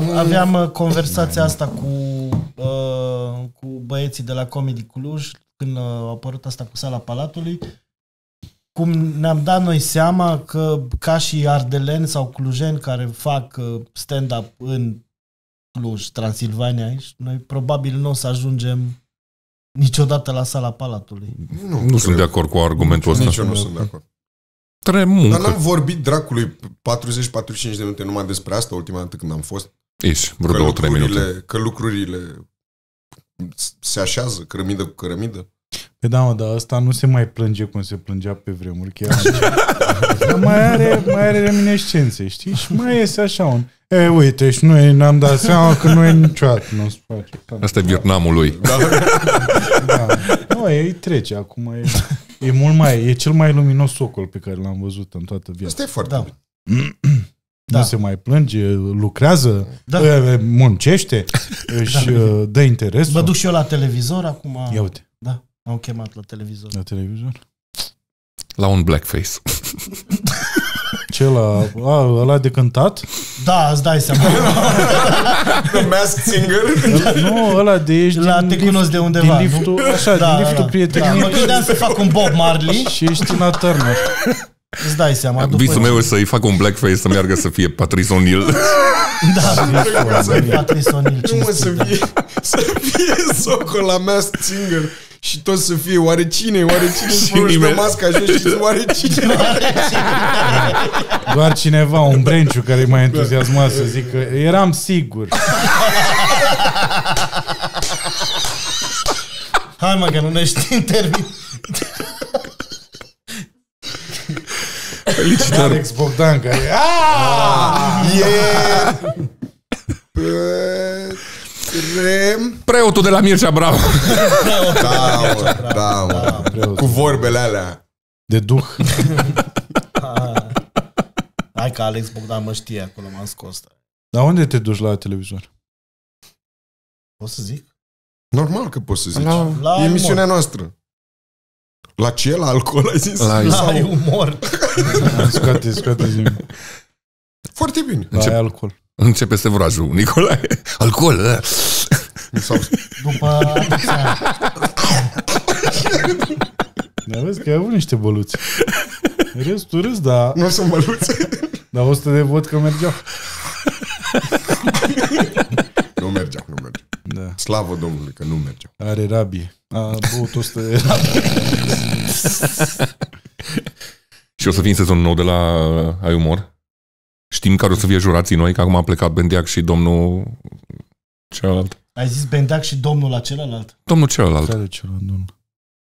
[SPEAKER 2] Mm.
[SPEAKER 1] Am, aveam uh, conversația asta cu, uh, cu băieții de la Comedy Cluj când uh, a apărut asta cu sala Palatului. Cum ne-am dat noi seama că ca și ardeleni sau clujeni care fac uh, stand-up în Cluj, Transilvania aici, noi probabil nu o să ajungem niciodată la sala Palatului.
[SPEAKER 4] Nu,
[SPEAKER 3] Nu sunt de
[SPEAKER 4] cred.
[SPEAKER 3] acord da. cu argumentul ăsta.
[SPEAKER 4] Nici eu nu sunt de acord.
[SPEAKER 3] Trebuie
[SPEAKER 4] Dar
[SPEAKER 3] muncă.
[SPEAKER 4] n-am vorbit dracului 40-45 de minute numai despre asta ultima dată când am fost.
[SPEAKER 3] Ești, vreo două, trei minute.
[SPEAKER 4] că lucrurile se așează cărămidă cu cărămidă.
[SPEAKER 2] Păi da, mă, dar ăsta nu se mai plânge cum se plângea pe vremuri. Chiar Dar mai are, mai are reminescențe, știi? Și mai iese așa un... E, uite, și noi ne-am dat seama că nu e niciodată, nu se face.
[SPEAKER 1] Da.
[SPEAKER 3] Asta e Vietnamul lui.
[SPEAKER 2] Da. Nu, e, îi trece acum. E, e, mult mai, e cel mai luminos socol pe care l-am văzut în toată viața.
[SPEAKER 4] Asta e foarte
[SPEAKER 1] Da.
[SPEAKER 4] bine.
[SPEAKER 2] da.
[SPEAKER 1] Da.
[SPEAKER 2] nu se mai plânge, lucrează,
[SPEAKER 1] Da.
[SPEAKER 2] da. muncește, își da. dă interesul.
[SPEAKER 1] Mă duc și eu la televizor acum.
[SPEAKER 2] Ia uite,
[SPEAKER 1] Da, am chemat la televizor.
[SPEAKER 2] la televizor.
[SPEAKER 3] La un blackface.
[SPEAKER 2] Ce la, a, ăla de cântat?
[SPEAKER 1] Da, îți dai seama.
[SPEAKER 4] The Masked Singer?
[SPEAKER 2] Ă, nu, ăla de ești
[SPEAKER 1] La
[SPEAKER 2] din
[SPEAKER 1] te
[SPEAKER 2] lift-
[SPEAKER 1] cunosc de undeva,
[SPEAKER 2] Din
[SPEAKER 1] nu?
[SPEAKER 2] liftul, așa,
[SPEAKER 1] da,
[SPEAKER 2] din liftul prietenilor.
[SPEAKER 1] Da, mă gândeam să fac un Bob Marley.
[SPEAKER 2] Și ești Tina Turner.
[SPEAKER 1] Îți dai seama. După
[SPEAKER 3] Visul meu e să-i fac un blackface să meargă să fie Patrice O'Neill.
[SPEAKER 1] Da,
[SPEAKER 4] Nu,
[SPEAKER 1] Patrice O'Neill,
[SPEAKER 4] mă, să
[SPEAKER 1] cinstit, da.
[SPEAKER 4] fie, să fie socul la Masked Singer. și tot să fie oare cine, oare cine și Ah. își dă
[SPEAKER 3] nimeni.
[SPEAKER 4] masca jos și zice, oare cine.
[SPEAKER 2] Doar cineva, un brenciu care e mai entuziasmat să zică eram sigur.
[SPEAKER 1] Hai mă, că nu ne știi interviu.
[SPEAKER 3] Felicitări.
[SPEAKER 2] Alex Bogdan care
[SPEAKER 4] E... Rem.
[SPEAKER 3] Preotul de la Mircea Bravo.
[SPEAKER 4] Da, mă, da, mă. Cu vorbele alea.
[SPEAKER 2] de duh.
[SPEAKER 1] Hai că Alex Bogdan mă știe acolo, m-am scos.
[SPEAKER 2] Dar unde te duci la televizor?
[SPEAKER 1] Poți să zic?
[SPEAKER 4] Normal că poți să zici.
[SPEAKER 1] La- la
[SPEAKER 4] e
[SPEAKER 1] umor.
[SPEAKER 4] emisiunea noastră. La ce? La alcool, ai zis?
[SPEAKER 3] La-
[SPEAKER 1] La umor.
[SPEAKER 2] Scoate, scoate zi
[SPEAKER 4] Foarte bine.
[SPEAKER 2] La alcool.
[SPEAKER 3] Începe sevrajul, Nicolae. Alcool, da.
[SPEAKER 4] Sau
[SPEAKER 1] După atâția ani.
[SPEAKER 2] Dar vezi că ai avut niște băluți. Restul râs, dar,
[SPEAKER 4] nu o să mă luți.
[SPEAKER 2] da. dar 100 de vot că mergeau.
[SPEAKER 4] Nu mergeam, nu mergeam.
[SPEAKER 2] Da.
[SPEAKER 4] Slavă Domnului că nu mergeam.
[SPEAKER 2] Are rabie. A băut 100 de rabie.
[SPEAKER 3] Și o să fie în sezonul nou de la uh, Ai Umor. Știm care o să fie jurații noi, că acum a plecat Bendeac și domnul celălalt.
[SPEAKER 1] Ai zis Bendeac și domnul la celălalt?
[SPEAKER 3] Domnul celălalt.
[SPEAKER 2] Care celălalt domn?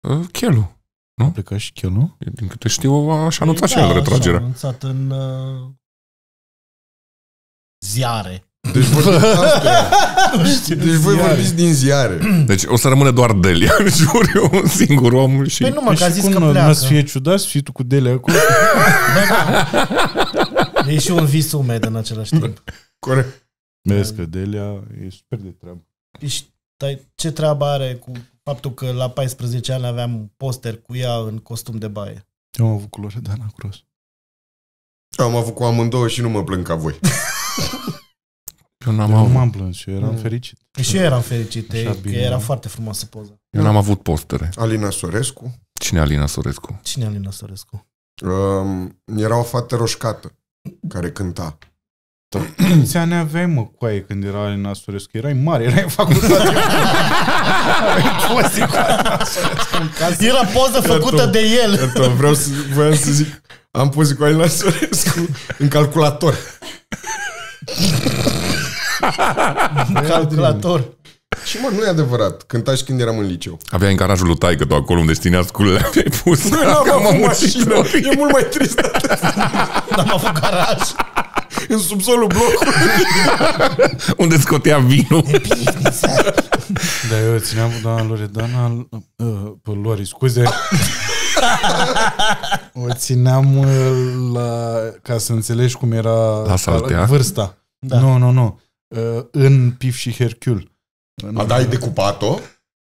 [SPEAKER 3] Uh, Chelu.
[SPEAKER 2] A plecat și chiar, nu?
[SPEAKER 3] Din câte știu, așa anunțat și
[SPEAKER 1] Da,
[SPEAKER 3] el
[SPEAKER 1] așa,
[SPEAKER 3] retragerea.
[SPEAKER 1] a anunțat în uh, ziare.
[SPEAKER 4] Deci vorbiți, deci voi vorbiți din ziare.
[SPEAKER 3] Deci o să rămână doar Delia în jur, un singur om și...
[SPEAKER 1] Păi nu mă, că a
[SPEAKER 2] Și
[SPEAKER 1] zis
[SPEAKER 2] cum
[SPEAKER 1] că
[SPEAKER 2] nu-
[SPEAKER 1] pleacă.
[SPEAKER 2] N-ați fie ciudat să fii tu cu Dele acolo?
[SPEAKER 1] E și un vis umed în același timp.
[SPEAKER 4] Corect.
[SPEAKER 2] Vezi că Delia e super de treabă.
[SPEAKER 1] Și dar ce treabă are cu faptul că la 14 ani aveam un poster cu ea în costum de baie?
[SPEAKER 2] Eu am avut cu Loredana Cross.
[SPEAKER 4] Eu am avut cu amândouă și nu mă plâng ca voi.
[SPEAKER 3] Eu n-am,
[SPEAKER 2] Eu nu
[SPEAKER 3] avut,
[SPEAKER 2] m-am plâns, eu eram fericit.
[SPEAKER 1] Păi Și eu eram fericit,
[SPEAKER 2] Așa
[SPEAKER 1] e, că
[SPEAKER 2] bine, da.
[SPEAKER 1] era
[SPEAKER 2] nu?
[SPEAKER 1] foarte frumoasă poza.
[SPEAKER 3] eu n-am avut postere.
[SPEAKER 4] Alina Sorescu.
[SPEAKER 3] Cine e Alina Sorescu?
[SPEAKER 1] Cine e Alina Sorescu?
[SPEAKER 4] Um, era o fată roșcată care cânta.
[SPEAKER 2] Câți ani aveai, mă, coaie, când era Alina Sorescu? Erai mare, erai în facultate.
[SPEAKER 1] Era poză făcută de el!
[SPEAKER 4] Iată, vreau să, voiam să zic, am pus cu Alina Sorescu în calculator.
[SPEAKER 1] Calculator.
[SPEAKER 4] Și mă, nu e adevărat. Cânta și când eram în liceu.
[SPEAKER 3] Aveai în garajul lui taică tu acolo unde țineai sculele, aveai pus.
[SPEAKER 4] Nu
[SPEAKER 3] Că
[SPEAKER 4] am
[SPEAKER 3] am
[SPEAKER 4] avut
[SPEAKER 3] muncit
[SPEAKER 4] mașină.
[SPEAKER 3] noi.
[SPEAKER 4] E mult mai trist.
[SPEAKER 1] N-am avut garaj.
[SPEAKER 4] În subsolul blocului.
[SPEAKER 3] Unde scotea vinul.
[SPEAKER 2] Dar eu țineam cu doamna Loredana, uh, pe Lori, scuze. o țineam uh, la, ca să înțelegi cum era
[SPEAKER 3] La saltea?
[SPEAKER 2] vârsta.
[SPEAKER 1] Da.
[SPEAKER 2] Nu, nu, nu. Uh, În Pif și Hercul.
[SPEAKER 4] A, da, ai decupat-o?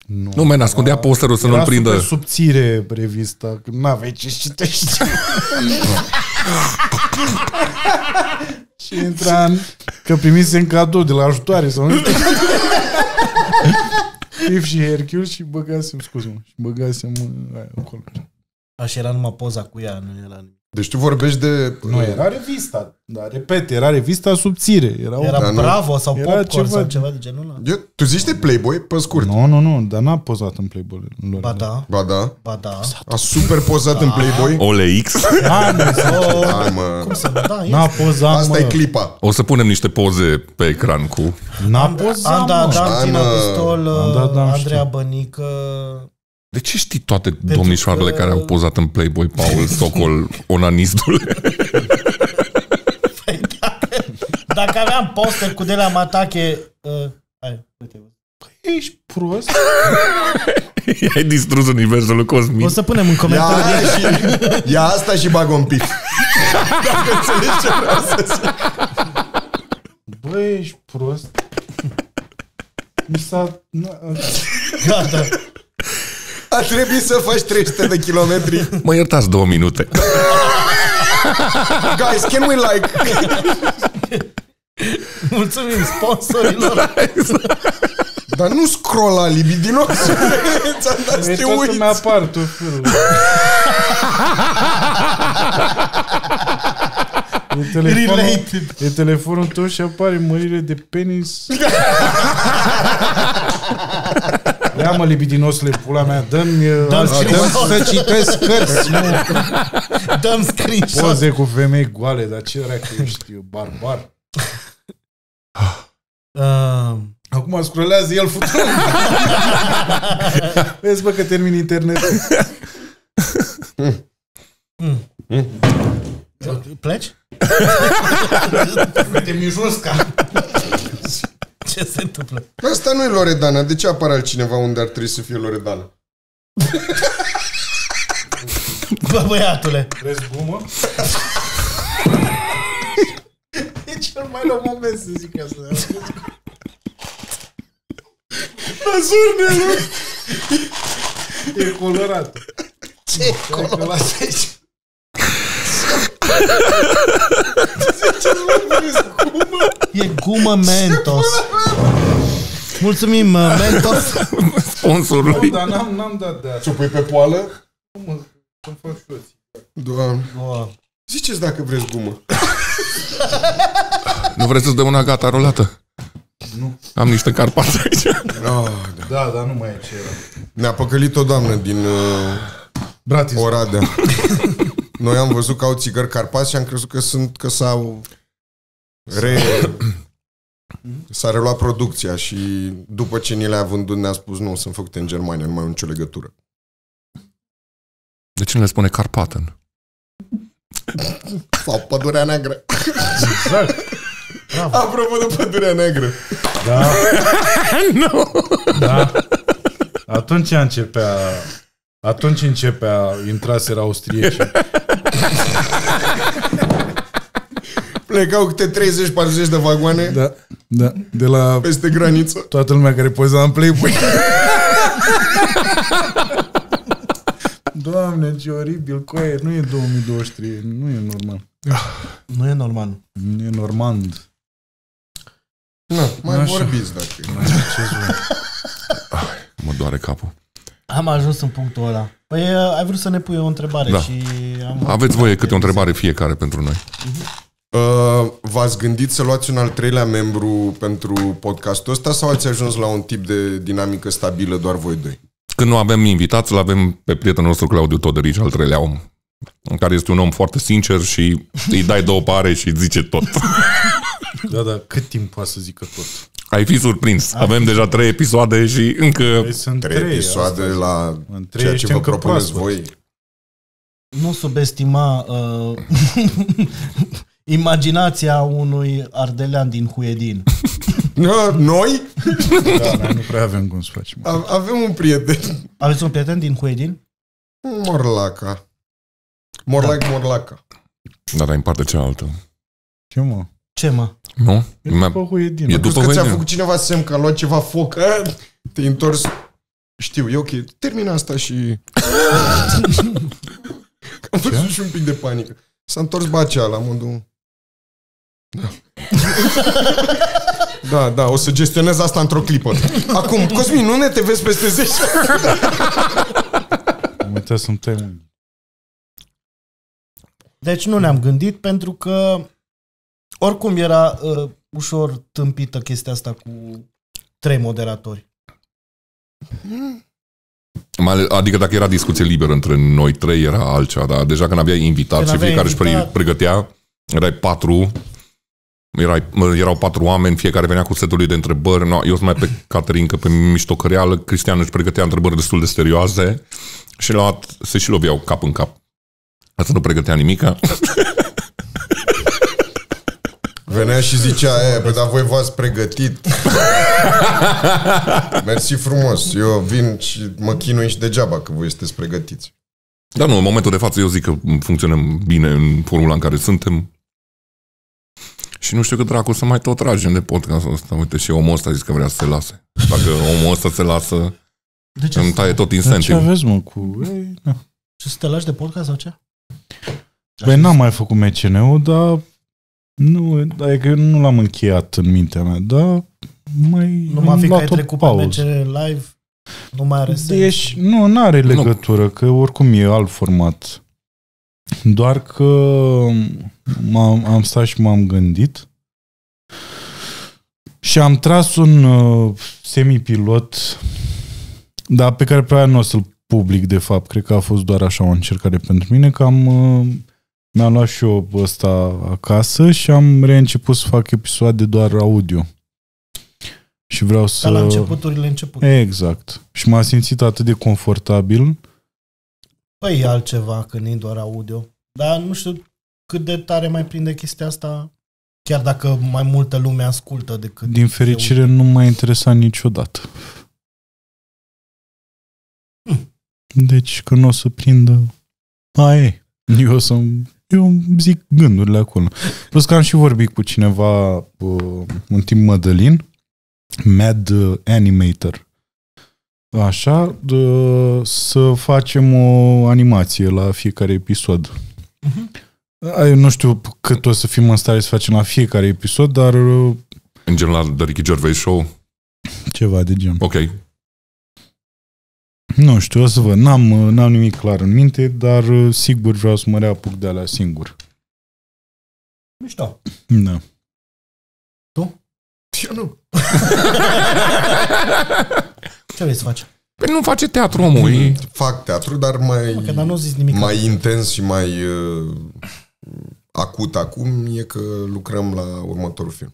[SPEAKER 2] Nu,
[SPEAKER 3] Nu, men, ascundea posterul să nu-l
[SPEAKER 2] Era
[SPEAKER 3] prindă.
[SPEAKER 2] super subțire revista, că n-aveai ce citești. și intra în, că primise în cadou de la ajutoare sau nu știu. Pif și Hercule și băgasem, scuze mă, și băgasem mă, aia, acolo.
[SPEAKER 1] Așa era numai poza cu ea, nu era nimic.
[SPEAKER 4] Deci tu vorbești de...
[SPEAKER 2] Nu, era revista, dar repet, era revista subțire. Era, Da.
[SPEAKER 1] Era
[SPEAKER 4] Dar nu.
[SPEAKER 1] Bravo sau
[SPEAKER 2] Era
[SPEAKER 1] Popcorn
[SPEAKER 2] ceva-
[SPEAKER 1] sau ceva de genul ăla.
[SPEAKER 4] Eu, tu zici de Playboy, pe scurt.
[SPEAKER 2] Nu, nu, nu, dar n-a pozat în Playboy. în lor.
[SPEAKER 1] Ba da,
[SPEAKER 4] Ba da.
[SPEAKER 1] ba da.
[SPEAKER 4] A super pozat în Playboy.
[SPEAKER 3] OLX.
[SPEAKER 2] Ani,
[SPEAKER 1] Oh,
[SPEAKER 4] Hai mă.
[SPEAKER 1] da, e.
[SPEAKER 2] N-a pozat,
[SPEAKER 4] Asta
[SPEAKER 2] mă.
[SPEAKER 4] e clipa.
[SPEAKER 3] O să punem niște poze pe ecran cu...
[SPEAKER 2] N-a pozat,
[SPEAKER 1] Anda
[SPEAKER 2] mă.
[SPEAKER 1] Dantina
[SPEAKER 4] Hai, mă.
[SPEAKER 1] Pistol,
[SPEAKER 2] Anda Dan,
[SPEAKER 1] uh, Andreea
[SPEAKER 2] știu.
[SPEAKER 1] Bănică,
[SPEAKER 3] De ce știi toate
[SPEAKER 4] Deci,
[SPEAKER 3] domnișoarele
[SPEAKER 4] uh,
[SPEAKER 1] că-
[SPEAKER 3] care au pozat în Playboy, Paul, Socol, Onanistul?
[SPEAKER 1] Dacă aveam poster cu Delea Matache... Uh, hai, uite,
[SPEAKER 2] Ești prost?
[SPEAKER 3] I-ai distrus universul
[SPEAKER 1] o
[SPEAKER 3] cosmic.
[SPEAKER 1] să punem în
[SPEAKER 4] Ia,
[SPEAKER 1] comentarii.
[SPEAKER 4] aia și, ia asta și bagă un pic.
[SPEAKER 2] Bă, ești prost. Mi s-a... na-
[SPEAKER 5] da,
[SPEAKER 1] Gata.
[SPEAKER 4] A trebuit să faci 300 de kilometri.
[SPEAKER 3] Mă iertați două minute.
[SPEAKER 4] Guys, can we like?
[SPEAKER 1] Mulțumim sponsorilor.
[SPEAKER 4] Dar nu scrolla libidinos. Ți-am dat să
[SPEAKER 2] E
[SPEAKER 4] te
[SPEAKER 2] tot
[SPEAKER 4] uiți.
[SPEAKER 2] îmi apar tot felul. E telefonul,
[SPEAKER 1] Related.
[SPEAKER 2] e telefonul tău și apare mărire de penis. Le ia mă libidinosule, pula mea, dă-mi uh,
[SPEAKER 5] Dă-mi
[SPEAKER 2] alții,
[SPEAKER 5] screenshot.
[SPEAKER 2] dă-mi să citesc cărți, nu
[SPEAKER 5] Dăm screenshot.
[SPEAKER 2] poze cu femei goale, dar ce racu ești, eu, barbar.
[SPEAKER 5] Uh,
[SPEAKER 2] Acum scrolează el futul. Vezi, bă, că termin internet.
[SPEAKER 5] pleci?
[SPEAKER 2] Te mijos ca...
[SPEAKER 5] Ce se întâmplă?
[SPEAKER 4] Păi Asta nu e Loredana. De ce apare altcineva unde ar trebui să fie Loredana?
[SPEAKER 5] Bă, băiatule.
[SPEAKER 2] Vezi gumă?
[SPEAKER 5] E cel mai la moment să zic asta.
[SPEAKER 2] E colorat. Ce e colorat? aici?
[SPEAKER 5] E gumă Mentos. Mulțumim, uh, Mentos.
[SPEAKER 3] Sponsorului.
[SPEAKER 4] Da.
[SPEAKER 2] Dar n-am, n-am dat de asta.
[SPEAKER 4] Ți-o pui pe poală?
[SPEAKER 2] Îmi fac toți.
[SPEAKER 4] Doamne.
[SPEAKER 5] Bă,
[SPEAKER 4] Ziceți dacă vreți gumă.
[SPEAKER 3] Nu vreți să-ți dăm una gata rolată? Nu. Am niște carpați aici.
[SPEAKER 4] Ah, da.
[SPEAKER 2] Da, dar nu mai e ce era.
[SPEAKER 4] Ne-a păcălit o doamnă din uh,
[SPEAKER 2] Bratislava.
[SPEAKER 4] Oradea. Noi am văzut că au țigări carpați și am crezut că sunt că s-au re... s-a reluat producția și după ce ni le-a vândut ne-a spus nu, sunt făcute în Germania, nu mai au nicio legătură.
[SPEAKER 3] De ce nu le spune Carpaten?
[SPEAKER 4] Sau pădurea neagră.
[SPEAKER 2] Exact.
[SPEAKER 4] Apropo de pădurea neagră.
[SPEAKER 2] Da. nu. Da. Atunci începea... Atunci începea intraseră austrieci.
[SPEAKER 4] Plecau câte 30-40 de vagoane da.
[SPEAKER 2] Da, da. De la
[SPEAKER 4] peste graniță.
[SPEAKER 2] toată lumea care poza în Playboy. Doamne, ce oribil, coaie, nu e 2023, nu e normal.
[SPEAKER 5] nu e normal.
[SPEAKER 2] Nu e normand.
[SPEAKER 4] Na, mai
[SPEAKER 2] Așa.
[SPEAKER 4] Așa. vorbiți dacă...
[SPEAKER 2] Ce zi?
[SPEAKER 3] Mă doare capul.
[SPEAKER 5] Am ajuns în punctul ăla. Păi uh, ai vrut să ne pui o întrebare
[SPEAKER 3] Da.
[SPEAKER 5] și am...
[SPEAKER 3] Aveți voie câte o întrebare fiecare pentru noi.
[SPEAKER 4] Uh, v-ați gândit să luați un al treilea membru pentru podcastul ăsta sau ați ajuns la un tip de dinamică stabilă doar voi doi?
[SPEAKER 3] Când nu avem invitați, îl avem pe prietenul nostru Claudiu Todorici, al treilea om, în care este un om foarte sincer și îi dai două pare și îți zice tot.
[SPEAKER 2] Da, da, cât timp poate să zică tot?
[SPEAKER 3] Ai fi surprins. Avem deja trei episoade și încă...
[SPEAKER 2] Păi sunt
[SPEAKER 4] trei episoade
[SPEAKER 2] astăzi.
[SPEAKER 4] la
[SPEAKER 2] În trei
[SPEAKER 4] ceea ce
[SPEAKER 2] ești
[SPEAKER 4] vă
[SPEAKER 2] încă
[SPEAKER 4] propuneți
[SPEAKER 2] proaspăt.
[SPEAKER 4] voi.
[SPEAKER 5] Nu subestima uh, imaginația unui ardelean din Huedin.
[SPEAKER 4] Nă, Noi
[SPEAKER 2] Da, noi nu prea avem cum să facem.
[SPEAKER 4] a- avem un prieten,
[SPEAKER 5] Aveți un prieten din Huedin?
[SPEAKER 4] Morlaca. Morlac, Morlaca.
[SPEAKER 3] Dar ai în partea cealaltă.
[SPEAKER 2] Ce mă?
[SPEAKER 5] Ce mă?
[SPEAKER 3] Nu?
[SPEAKER 2] E
[SPEAKER 3] Mi-a-
[SPEAKER 2] după Huedin.
[SPEAKER 3] E
[SPEAKER 4] Plus
[SPEAKER 3] după
[SPEAKER 4] că ți-a
[SPEAKER 3] voi.
[SPEAKER 4] făcut cineva semn că a luat ceva foc. A, Te-ai întors. Știu, e ok. Termina asta și... Am văzut și un pic de panică. S-a întors bacea la modul... Da. Da, da, o să gestionez asta într-o clipă. Acum, Cosmin, nu ne te vezi peste 10
[SPEAKER 2] Am uitat să-mi tai mâini.
[SPEAKER 5] Deci nu ne-am gândit pentru că oricum era uh, ușor tâmpită chestia asta cu trei moderatori.
[SPEAKER 3] Mai ales- Adică dacă era discuție liberă între noi trei, era altceva, dar deja când aveai invitat
[SPEAKER 5] Când
[SPEAKER 3] și
[SPEAKER 5] aveai
[SPEAKER 3] fiecare invitat... își
[SPEAKER 5] invitat.
[SPEAKER 3] pre- pregătea, erai patru, erai, mă, erau patru oameni, fiecare venea cu setul lui de întrebări. No, eu sunt mai pe Caterin, că pe miștocăreală, Cristian își pregătea întrebări destul de serioase și la se și loveau cap în cap. Asta nu pregătea nimica.
[SPEAKER 4] Venea și zicea, e, pe dar voi v-ați pregătit. Mersi frumos, eu vin și mă chinui și degeaba că voi sunteți pregătiți.
[SPEAKER 3] Dar nu, în momentul de față eu zic că funcționăm bine în formula în care suntem. Și nu știu cât dracu să mai tot tragem de podcastul ăsta. Uite, și omul ăsta a zis că vrea să se lase. Dacă omul ăsta se lasă,
[SPEAKER 5] De ce?
[SPEAKER 3] îmi taie tot
[SPEAKER 2] Dar ce
[SPEAKER 3] incentive.
[SPEAKER 2] aveți, mă, cu... Ei, na.
[SPEAKER 5] Ce să te lași de podcast sau ce?
[SPEAKER 2] Băi, Păi n-am mai făcut MCN-ul, dar... Nu, adică eu nu l-am încheiat în mintea mea, dar mai
[SPEAKER 5] Nu mai
[SPEAKER 2] am
[SPEAKER 5] fi că
[SPEAKER 2] luat
[SPEAKER 5] ai
[SPEAKER 2] o
[SPEAKER 5] trecut
[SPEAKER 2] pauză.
[SPEAKER 5] pe MCN live, nu mai are sens.
[SPEAKER 2] Deci, nu, nu are legătură, că oricum e alt format. Doar că m-am, am stat și m-am gândit și am tras un uh, semipilot Dar pe care pe aia nu o să-l public, de fapt. Cred că a fost doar așa o încercare pentru mine, că am... uh, Mi-am luat și eu ăsta acasă și am reînceput să fac episoade doar audio. Și vreau să...
[SPEAKER 5] Ca la începuturile început.
[SPEAKER 2] Exact. Și m-am simțit atât de confortabil.
[SPEAKER 5] Păi e altceva când e doar audio. Dar nu știu cât de tare mai prinde chestia asta, chiar dacă mai multă lume ascultă decât...
[SPEAKER 2] Din fericire, nu m-a interesat niciodată. Deci, că nu o să prindă... Aia e. Eu, o să, eu îmi zic gândurile acolo. Plus că am și vorbit cu cineva, uh, un timp Mădălin, Mad Animator. Așa, uh, să facem o animație la fiecare episod. Uh, Eu nu știu cât o să fim în stare să facem la fiecare episod, dar uh,
[SPEAKER 3] În gen la The Ricky Gervais Show.
[SPEAKER 2] ceva de gen.
[SPEAKER 3] Ok. Păi
[SPEAKER 2] Nu știu, o să văd. N-am, uh, n-am nimic clar în minte, dar uh, sigur vreau să mă reapuc de alea singur.
[SPEAKER 5] Mișto.
[SPEAKER 2] Da.
[SPEAKER 4] Eu nu.
[SPEAKER 5] Ce vrei să faci?
[SPEAKER 3] Păi nu face teatru, omul.
[SPEAKER 5] Mm-hmm.
[SPEAKER 3] E...
[SPEAKER 4] Fac teatru, dar mai...
[SPEAKER 5] Că dar nu zis nimic.
[SPEAKER 4] mai intens și mai uh, acut acum e că lucrăm la următorul film.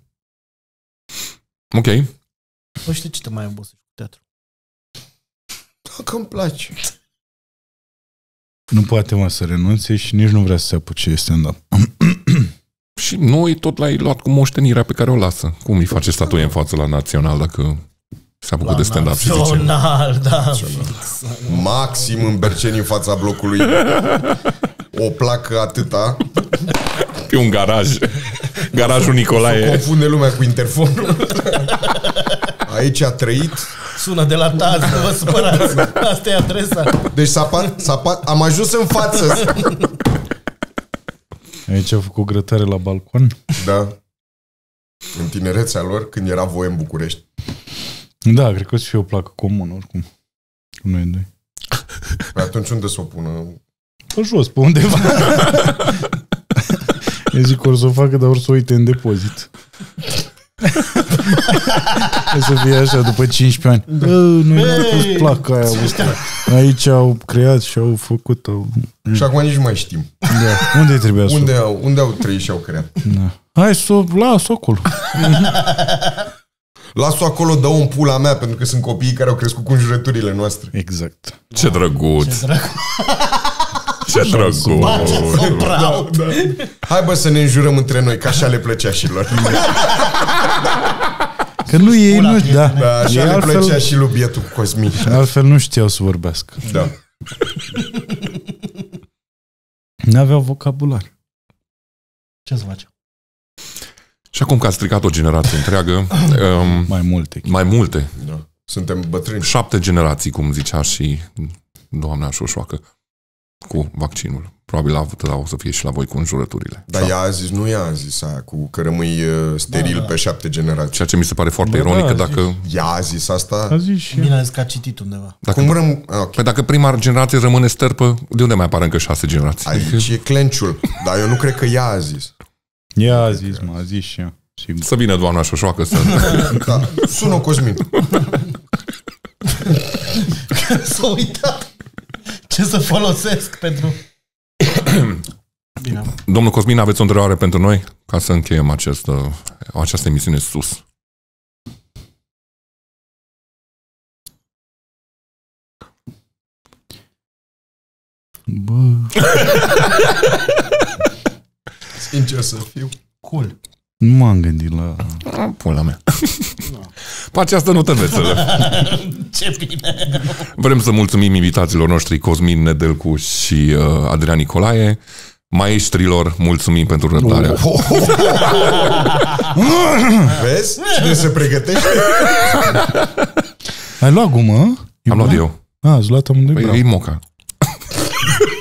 [SPEAKER 3] Ok.
[SPEAKER 5] Păi știi ce te mai obosești cu teatru?
[SPEAKER 4] Da, că îmi place.
[SPEAKER 2] Nu poate mă să renunțe și nici nu vrea să se apuce stand-up.
[SPEAKER 3] Și noi tot l-ai luat cu moștenirea pe care o lasă. Cum îi face statuie în față la național dacă se apucă de stand-up și zice...
[SPEAKER 5] Național, da.
[SPEAKER 4] Maxim în Berceni în fața blocului. O placă atâta.
[SPEAKER 3] Pe un garaj. Garajul Nicolae.
[SPEAKER 4] Confunde lumea cu interfonul. Aici a trăit.
[SPEAKER 5] Sună de la taz, nu vă supărați. Asta e adresa.
[SPEAKER 4] Deci s-a par, s-a par, am ajuns în față.
[SPEAKER 2] Aici a făcut grătare la balcon.
[SPEAKER 4] Da. În tinerețea lor, când era voie în București.
[SPEAKER 2] Da, cred că o să fie o placă comună, oricum. Cu noi doi.
[SPEAKER 4] Păi atunci unde să o pună?
[SPEAKER 2] Pe jos, pe undeva. Eu zic că or să o facă, dar or să o uite în depozit. o să fie așa după 15 ani. Da. Nu a fost placa aia. uite. Aici au creat și au făcut. Au...
[SPEAKER 4] Și acum nici nu mai știm.
[SPEAKER 2] Da. Unde trebuia să o
[SPEAKER 4] Unde au, unde au trăit și au creat?
[SPEAKER 2] Da. Hai să o las acolo.
[SPEAKER 4] Las-o acolo, dă un pula mea, pentru că sunt copiii care au crescut cu înjurăturile noastre.
[SPEAKER 2] Exact.
[SPEAKER 3] Ce drăguț. Ce drăguț.
[SPEAKER 4] Da, da. Hai bă să ne înjurăm între noi, că așa le plăcea și lor.
[SPEAKER 2] Că nu ei
[SPEAKER 5] Pula
[SPEAKER 2] nu
[SPEAKER 5] mea.
[SPEAKER 2] da.
[SPEAKER 4] Da, așa
[SPEAKER 2] Ei
[SPEAKER 4] le
[SPEAKER 2] altfel-
[SPEAKER 4] plăcea și lui bietul Cosmin.
[SPEAKER 2] Altfel nu știau să vorbească.
[SPEAKER 4] Da.
[SPEAKER 2] N-aveau vocabular.
[SPEAKER 5] Ce să faci?
[SPEAKER 3] Și acum că a stricat o generație întreagă, um,
[SPEAKER 2] Mai multe.
[SPEAKER 3] mai multe,
[SPEAKER 4] da. Suntem bătrâni.
[SPEAKER 3] șapte generații, cum zicea și doamna Șoșoacă, cu vaccinul. Probabil a avut, dar o să fie și la voi cu înjurăturile.
[SPEAKER 4] Dar ea a zis, nu ea a zis aia, cu că rămâi uh, steril da, da. pe șapte generații.
[SPEAKER 3] Ceea ce mi se pare foarte
[SPEAKER 2] Bă, da,
[SPEAKER 3] ironic, că
[SPEAKER 2] zici.
[SPEAKER 3] dacă,
[SPEAKER 4] Ea a zis asta?
[SPEAKER 2] A zis și
[SPEAKER 5] Bine a zis că a citit undeva.
[SPEAKER 3] dacă,
[SPEAKER 4] Cum răm... Ah, ok.
[SPEAKER 3] păi dacă prima generație rămâne sterpă, de unde mai apar încă șase generații?
[SPEAKER 4] Aici e clenciul. Dar eu nu cred că ea a zis.
[SPEAKER 2] Ea a zis, mă, a zis și ea. Sigur.
[SPEAKER 3] Să vină doamna Șoșoacă să...
[SPEAKER 4] Da. Sună Cosmin.
[SPEAKER 5] S-a uitat. Ce să folosesc pentru... Bine.
[SPEAKER 3] Domnul Cosmin, aveți o întrebare pentru noi? Ca să încheiem această, această emisiune sus.
[SPEAKER 2] Bă.
[SPEAKER 4] Sincer să fiu.
[SPEAKER 5] Cool.
[SPEAKER 2] Nu m-am gândit la...
[SPEAKER 3] Ah, Pula mea. Pe această notă veselă.
[SPEAKER 5] Ce bine.
[SPEAKER 3] Vrem să mulțumim invitațiilor noștri Cosmin Nedelcu și uh, Adrian Nicolae. Maestrilor, mulțumim pentru răbdarea.
[SPEAKER 4] Oh, Vezi? Cine se pregătește?
[SPEAKER 2] Ai luat gumă?
[SPEAKER 3] Am
[SPEAKER 4] da.
[SPEAKER 3] luat eu.
[SPEAKER 2] A, ați luat amândoi?
[SPEAKER 3] Păi
[SPEAKER 2] Păi,
[SPEAKER 3] e moca.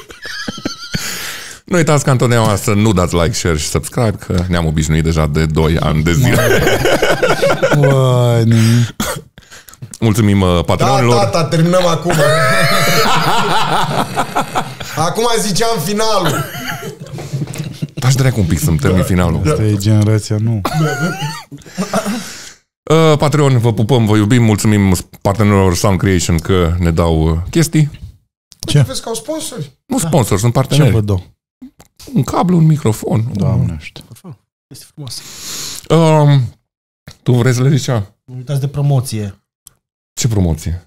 [SPEAKER 3] nu uitați ca întotdeauna să nu dați like, share și subscribe, că ne-am obișnuit deja de 2 ani de
[SPEAKER 4] Da.
[SPEAKER 3] zile.
[SPEAKER 2] Uai, nimic.
[SPEAKER 3] Mulțumim uh,
[SPEAKER 4] Da,
[SPEAKER 3] patronilor.
[SPEAKER 4] tata, terminăm acum. Acum ziceam finalul. Da.
[SPEAKER 3] Dați dracu un pic să-mi termin finalul.
[SPEAKER 2] Asta e generația nouă.
[SPEAKER 3] Uh, Patreon, vă pupăm, vă iubim, mulțumim partenerilor Sound Creation că ne dau uh, chestii.
[SPEAKER 2] Ce?
[SPEAKER 4] Păi Vezi că au sponsori.
[SPEAKER 3] Nu sponsor, sunt
[SPEAKER 2] Ce
[SPEAKER 3] parteneri.
[SPEAKER 2] vă dau?
[SPEAKER 3] Un cablu, un microfon.
[SPEAKER 2] Doamne, știu.
[SPEAKER 1] Este frumos.
[SPEAKER 3] Uh, tu vrei să le zici ceva?
[SPEAKER 1] Nu uitați de promoție.
[SPEAKER 3] Ce promoție?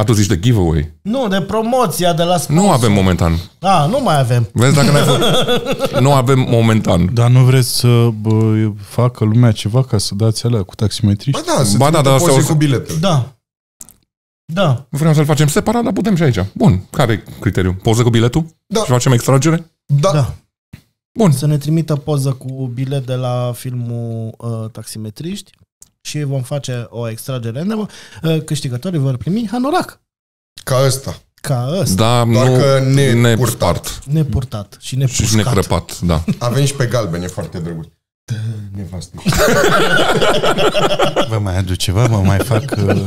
[SPEAKER 3] A, tu zici de giveaway.
[SPEAKER 1] Nu, de promoția de la sponsor.
[SPEAKER 3] Nu avem momentan.
[SPEAKER 1] A, nu mai avem.
[SPEAKER 3] Vezi dacă n-ai făcut. Nu avem momentan.
[SPEAKER 2] Dar nu vreți să bă, facă lumea ceva ca să dați alea cu taximetriști?
[SPEAKER 4] Ba da, se
[SPEAKER 3] Ba da,
[SPEAKER 4] trimite
[SPEAKER 3] dar astea o
[SPEAKER 4] poze
[SPEAKER 3] să-
[SPEAKER 4] cu biletele.
[SPEAKER 1] Da. Da.
[SPEAKER 3] Vreau să-l facem separat, dar putem și aici. Bun. Care e criteriul? Poză cu biletul?
[SPEAKER 4] Da.
[SPEAKER 3] Și facem extragere?
[SPEAKER 4] Da.
[SPEAKER 1] Da.
[SPEAKER 3] Bun.
[SPEAKER 1] Să ne trimită poză cu bilet de la filmul uh, Taximetriști și vom face o extragere random. Uh, câștigătorii vor primi hanorac
[SPEAKER 4] Ca ăsta.
[SPEAKER 1] ca ăsta,
[SPEAKER 3] Da,
[SPEAKER 4] Doar
[SPEAKER 3] nu
[SPEAKER 4] că ne
[SPEAKER 3] purtat.
[SPEAKER 4] Mm.
[SPEAKER 1] nepurtat și nepușcat.
[SPEAKER 3] Și necrăpat, da.
[SPEAKER 4] Avem și pe galben, e foarte drăguț. Dă, Nevastă.
[SPEAKER 2] Vă mai aduc ceva? Vă mai fac... Uh,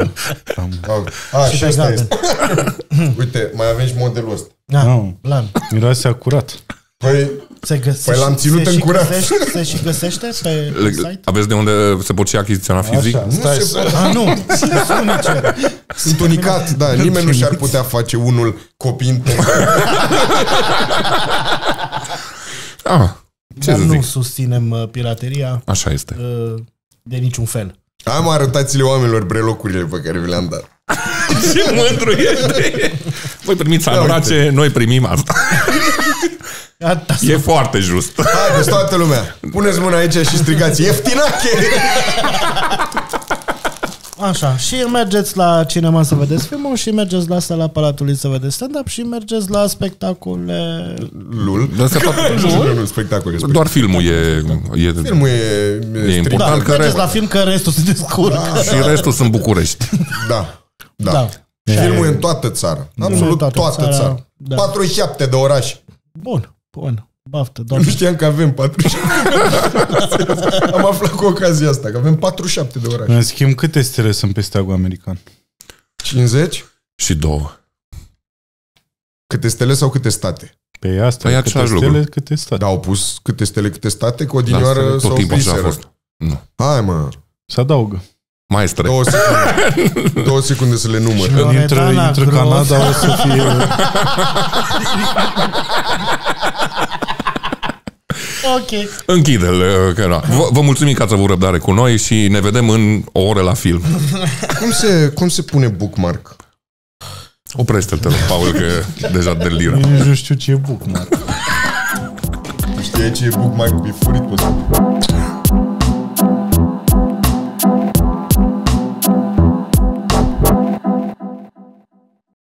[SPEAKER 2] am...
[SPEAKER 4] Au. A, și
[SPEAKER 1] pe
[SPEAKER 4] asta
[SPEAKER 1] galben.
[SPEAKER 4] este. Uite, mai avem și modelul ăsta.
[SPEAKER 1] Da,
[SPEAKER 2] No.
[SPEAKER 1] plan.
[SPEAKER 2] Miroase a curat.
[SPEAKER 4] Păi,
[SPEAKER 1] Se găsește.
[SPEAKER 4] Păi l-am ținut
[SPEAKER 1] se
[SPEAKER 4] în
[SPEAKER 1] și
[SPEAKER 4] curat.
[SPEAKER 1] Găsește, se și găsește pe
[SPEAKER 3] Le-
[SPEAKER 1] site?
[SPEAKER 3] Aveți de unde se pot și achiziționa fizic?
[SPEAKER 2] Așa,
[SPEAKER 4] da, nu
[SPEAKER 2] stai
[SPEAKER 4] se
[SPEAKER 2] să...
[SPEAKER 4] poate.
[SPEAKER 1] A, nu, sunt unice.
[SPEAKER 4] Sunt unicat, da. Nimeni nu și-ar putea face unul copii
[SPEAKER 3] Ah, ce
[SPEAKER 1] Dar
[SPEAKER 3] să
[SPEAKER 1] nu
[SPEAKER 3] zic?
[SPEAKER 1] susținem uh, pirateria
[SPEAKER 3] Așa este.
[SPEAKER 1] uh, de niciun fel.
[SPEAKER 4] Am arătați-le oamenilor brelocurile pe care vi le-am dat.
[SPEAKER 3] Ce mândru ești! Voi primiți anorace, noi primim asta.
[SPEAKER 1] Gata,
[SPEAKER 3] E foarte just.
[SPEAKER 4] Haideți, toată lumea, puneți mâna aici și strigați Ieftinache!
[SPEAKER 1] Așa, și mergeți la cinema să vedeți filmul și mergeți la sala Palatului să vedeți stand-up și mergeți la spectacole...
[SPEAKER 4] Da. Lul.
[SPEAKER 3] De asta tot-
[SPEAKER 4] Nu, nu, spectacol. e spectacol.
[SPEAKER 3] Doar filmul e, e
[SPEAKER 4] Filmul e,
[SPEAKER 3] E
[SPEAKER 4] strict.
[SPEAKER 1] Da,
[SPEAKER 3] important
[SPEAKER 1] mergeți la
[SPEAKER 3] care...
[SPEAKER 1] film că restul se descurcă. Da.
[SPEAKER 3] Și restul sunt București.
[SPEAKER 4] Da. Da.
[SPEAKER 1] da.
[SPEAKER 4] da. Filmul e în toată țara. Absolut
[SPEAKER 1] în
[SPEAKER 4] toată,
[SPEAKER 1] toată
[SPEAKER 4] toată
[SPEAKER 1] țara,
[SPEAKER 4] țara.
[SPEAKER 1] da.
[SPEAKER 4] 47 de orașe.
[SPEAKER 1] Bun, bun. Baftă,
[SPEAKER 4] Nu
[SPEAKER 1] doamne.
[SPEAKER 4] știam că avem 47 de orașe. Am aflat cu ocazia asta, că avem 47 de orașe.
[SPEAKER 2] În schimb, câte stele sunt pe steagul american?
[SPEAKER 4] 50?
[SPEAKER 3] Și două.
[SPEAKER 4] Câte stele sau câte state?
[SPEAKER 2] Pe asta,
[SPEAKER 3] Păi e
[SPEAKER 2] câte
[SPEAKER 3] același
[SPEAKER 2] stele,
[SPEAKER 3] lucru.
[SPEAKER 2] câte state.
[SPEAKER 4] Da, au pus câte stele, câte state, că
[SPEAKER 3] Dar
[SPEAKER 4] odinioară da,
[SPEAKER 3] tot
[SPEAKER 4] sau
[SPEAKER 3] timpul așa a
[SPEAKER 4] friseră.
[SPEAKER 3] fost.
[SPEAKER 4] Hai mă,
[SPEAKER 2] Se adaugă.
[SPEAKER 3] Maestre.
[SPEAKER 4] două secunde, două secunde să le număr.
[SPEAKER 1] Și- Loredana
[SPEAKER 2] Intră, intră
[SPEAKER 1] Gross.
[SPEAKER 2] Canada, o să fie...
[SPEAKER 1] Ok.
[SPEAKER 3] Închide-l. Că da. vă, vă mulțumim că ați avut răbdare cu noi și ne vedem în o oră la film.
[SPEAKER 4] Cum se, cum se pune bookmark?
[SPEAKER 3] Oprește-te, rog, Paul, că deja deliră.
[SPEAKER 2] Nici nu știu ce e bookmark.
[SPEAKER 4] Păi Știi ce e bookmark bifurit?